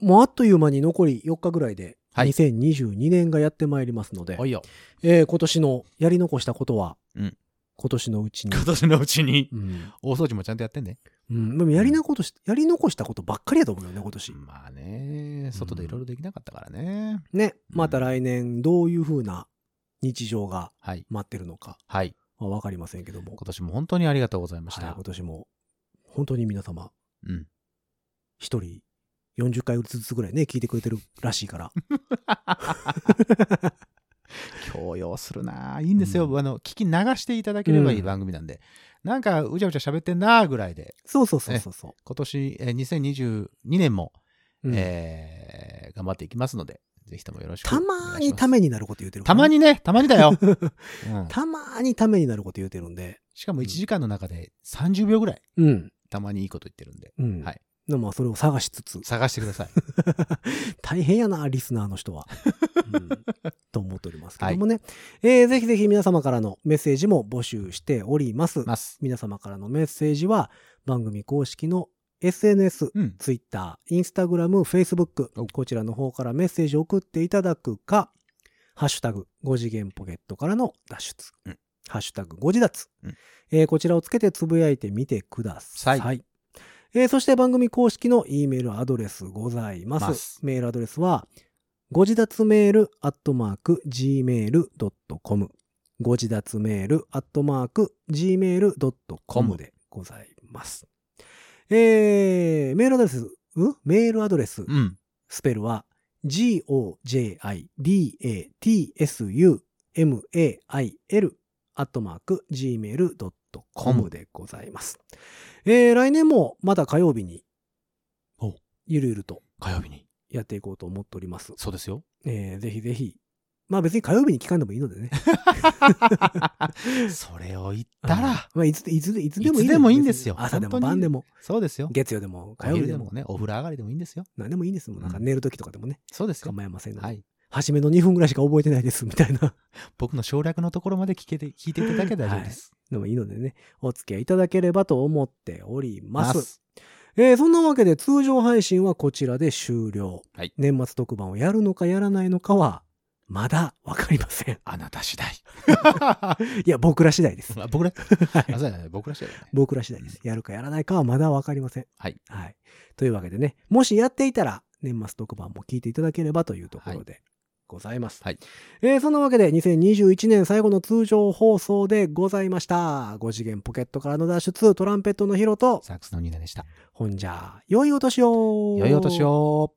B: もうあっという間に残り4日ぐらいで、
C: はい
B: 2022年がやってまいりますので、
C: おいよ。
B: えー今年のやり残したことは、
C: うん
B: 今年のうちに。
C: 今年のうちに
B: う。ん。
C: 大掃除もちゃんとやってんね。
B: うん、でもやりなことし、やり残したことばっかりやと思うよね、今年。
C: まあね、外でいろいろできなかったからね。
B: ね。また来年、どういう風な日常が
C: はい。
B: 待ってるのか、
C: はい。
B: まあわかりませんけども
C: 今。年も本当にありがとうございまし
B: はい
C: た
B: 今。年も、本当に皆様、
C: うん。
B: 一人40回ずつぐらいね、聞いてくれてるらしいから。
C: 強要するなあいいんですよ。
B: う
C: あの、聞き流していただければいい
B: うん
C: 番組なんで。なんか、うちゃうちゃ喋ってんなあぐらいで、
B: そうそうそうそうそ
C: 今年、えー2022年も、
B: う。うん
C: えー頑張っていきますので、ぜひともよろしく
B: た
C: お願
B: ま
C: いし
B: に
C: ます
B: ためになること言うてるか
C: た
B: ら
C: ま。にね、たまにだよ。 うん
B: たまにためになること言うてるんで。
C: しかも1時間の中で30秒ぐらい、
B: うん。
C: たまにいいこと言ってるんで、
B: うん。
C: はい。
B: でもまあそれを探しつつ、
C: 探してください。
B: 大変やな、リスナーの人は。うん、と思っておりますけどもね。えーぜひぜひ皆様からのメッセージも募集しております。
C: ます。
B: 皆様からのメッセージは番組公式の SNS、
C: うん。
B: Twitter、Instagram、Facebook
C: お、
B: こちらの方からメッセージを送っていただくか、ハッシュタグ5次元ポケットからの脱出、
C: うん
B: ハッシュタグ5次脱、
C: うん
B: えーこちらをつけてつぶやいてみてください。
C: は
B: えーそして番組公式の E メールアドレスございます。
C: ます
B: メールアドレスは、ご自立メールアットマーク gmail.com ご自立メールアットマーク gmail.com でございます。えー、メールアドレス、うんメールアドレス、
C: うん。
B: スペルは gojidatsumail アットマーク gmail.com でございます。えー、来年もまた火曜日に
C: お、
B: ゆるゆると
C: 火曜日に。
B: やっていこうと思っております。
C: そうです よ。
B: えー、ぜひぜひ。まあ別に火曜日に聞かんでもいいので ね。
C: それを言った
B: うん
C: ら、
B: まあいつで、いつで、いつでもいいの。
C: いつでもいいんですよ
B: 朝でも
C: 本当に
B: 晩でも、
C: そうですよ。
B: 月曜でも火
C: 火
B: 曜
C: 曜
B: 日
C: 日
B: で
C: で
B: も
C: も、ね、お風呂上がりでもいいんですよ。
B: 何でもいいんですもん。なんか寝る時とかでもね、
C: そうですよ。
B: 構いませんので。
C: はい。
B: 初めの2分ぐらいしか覚えてないです、みたいな
C: 僕の省略のところまで聞けて、聞いていただければ大丈夫です。
B: のもいいのでね、お付き合いいただければと思っております。
C: ます
B: えーそんなわけで通常配信はこちらで終了。
C: はい
B: 年末特番をやるのかやらないのかは、まだわかりません。
C: あなた 次第。
B: いや、僕ら次第 です。
C: あ僕ら、あそうだね僕ら次第だね。
B: 僕ら次第です。やるかやらないかはまだわかりません。
C: はい。
B: はい。というわけでね、もしやっていたら、年末特番も聞いていただければというところでございます。
C: はい
B: えーそんなわけで、2021年最後の通常放送でございました。5次元ポケットからの脱出、トランペットのヒロと、
C: サックスのニーナでした。
B: ほんじゃ、良いお年を
C: 良いお年を。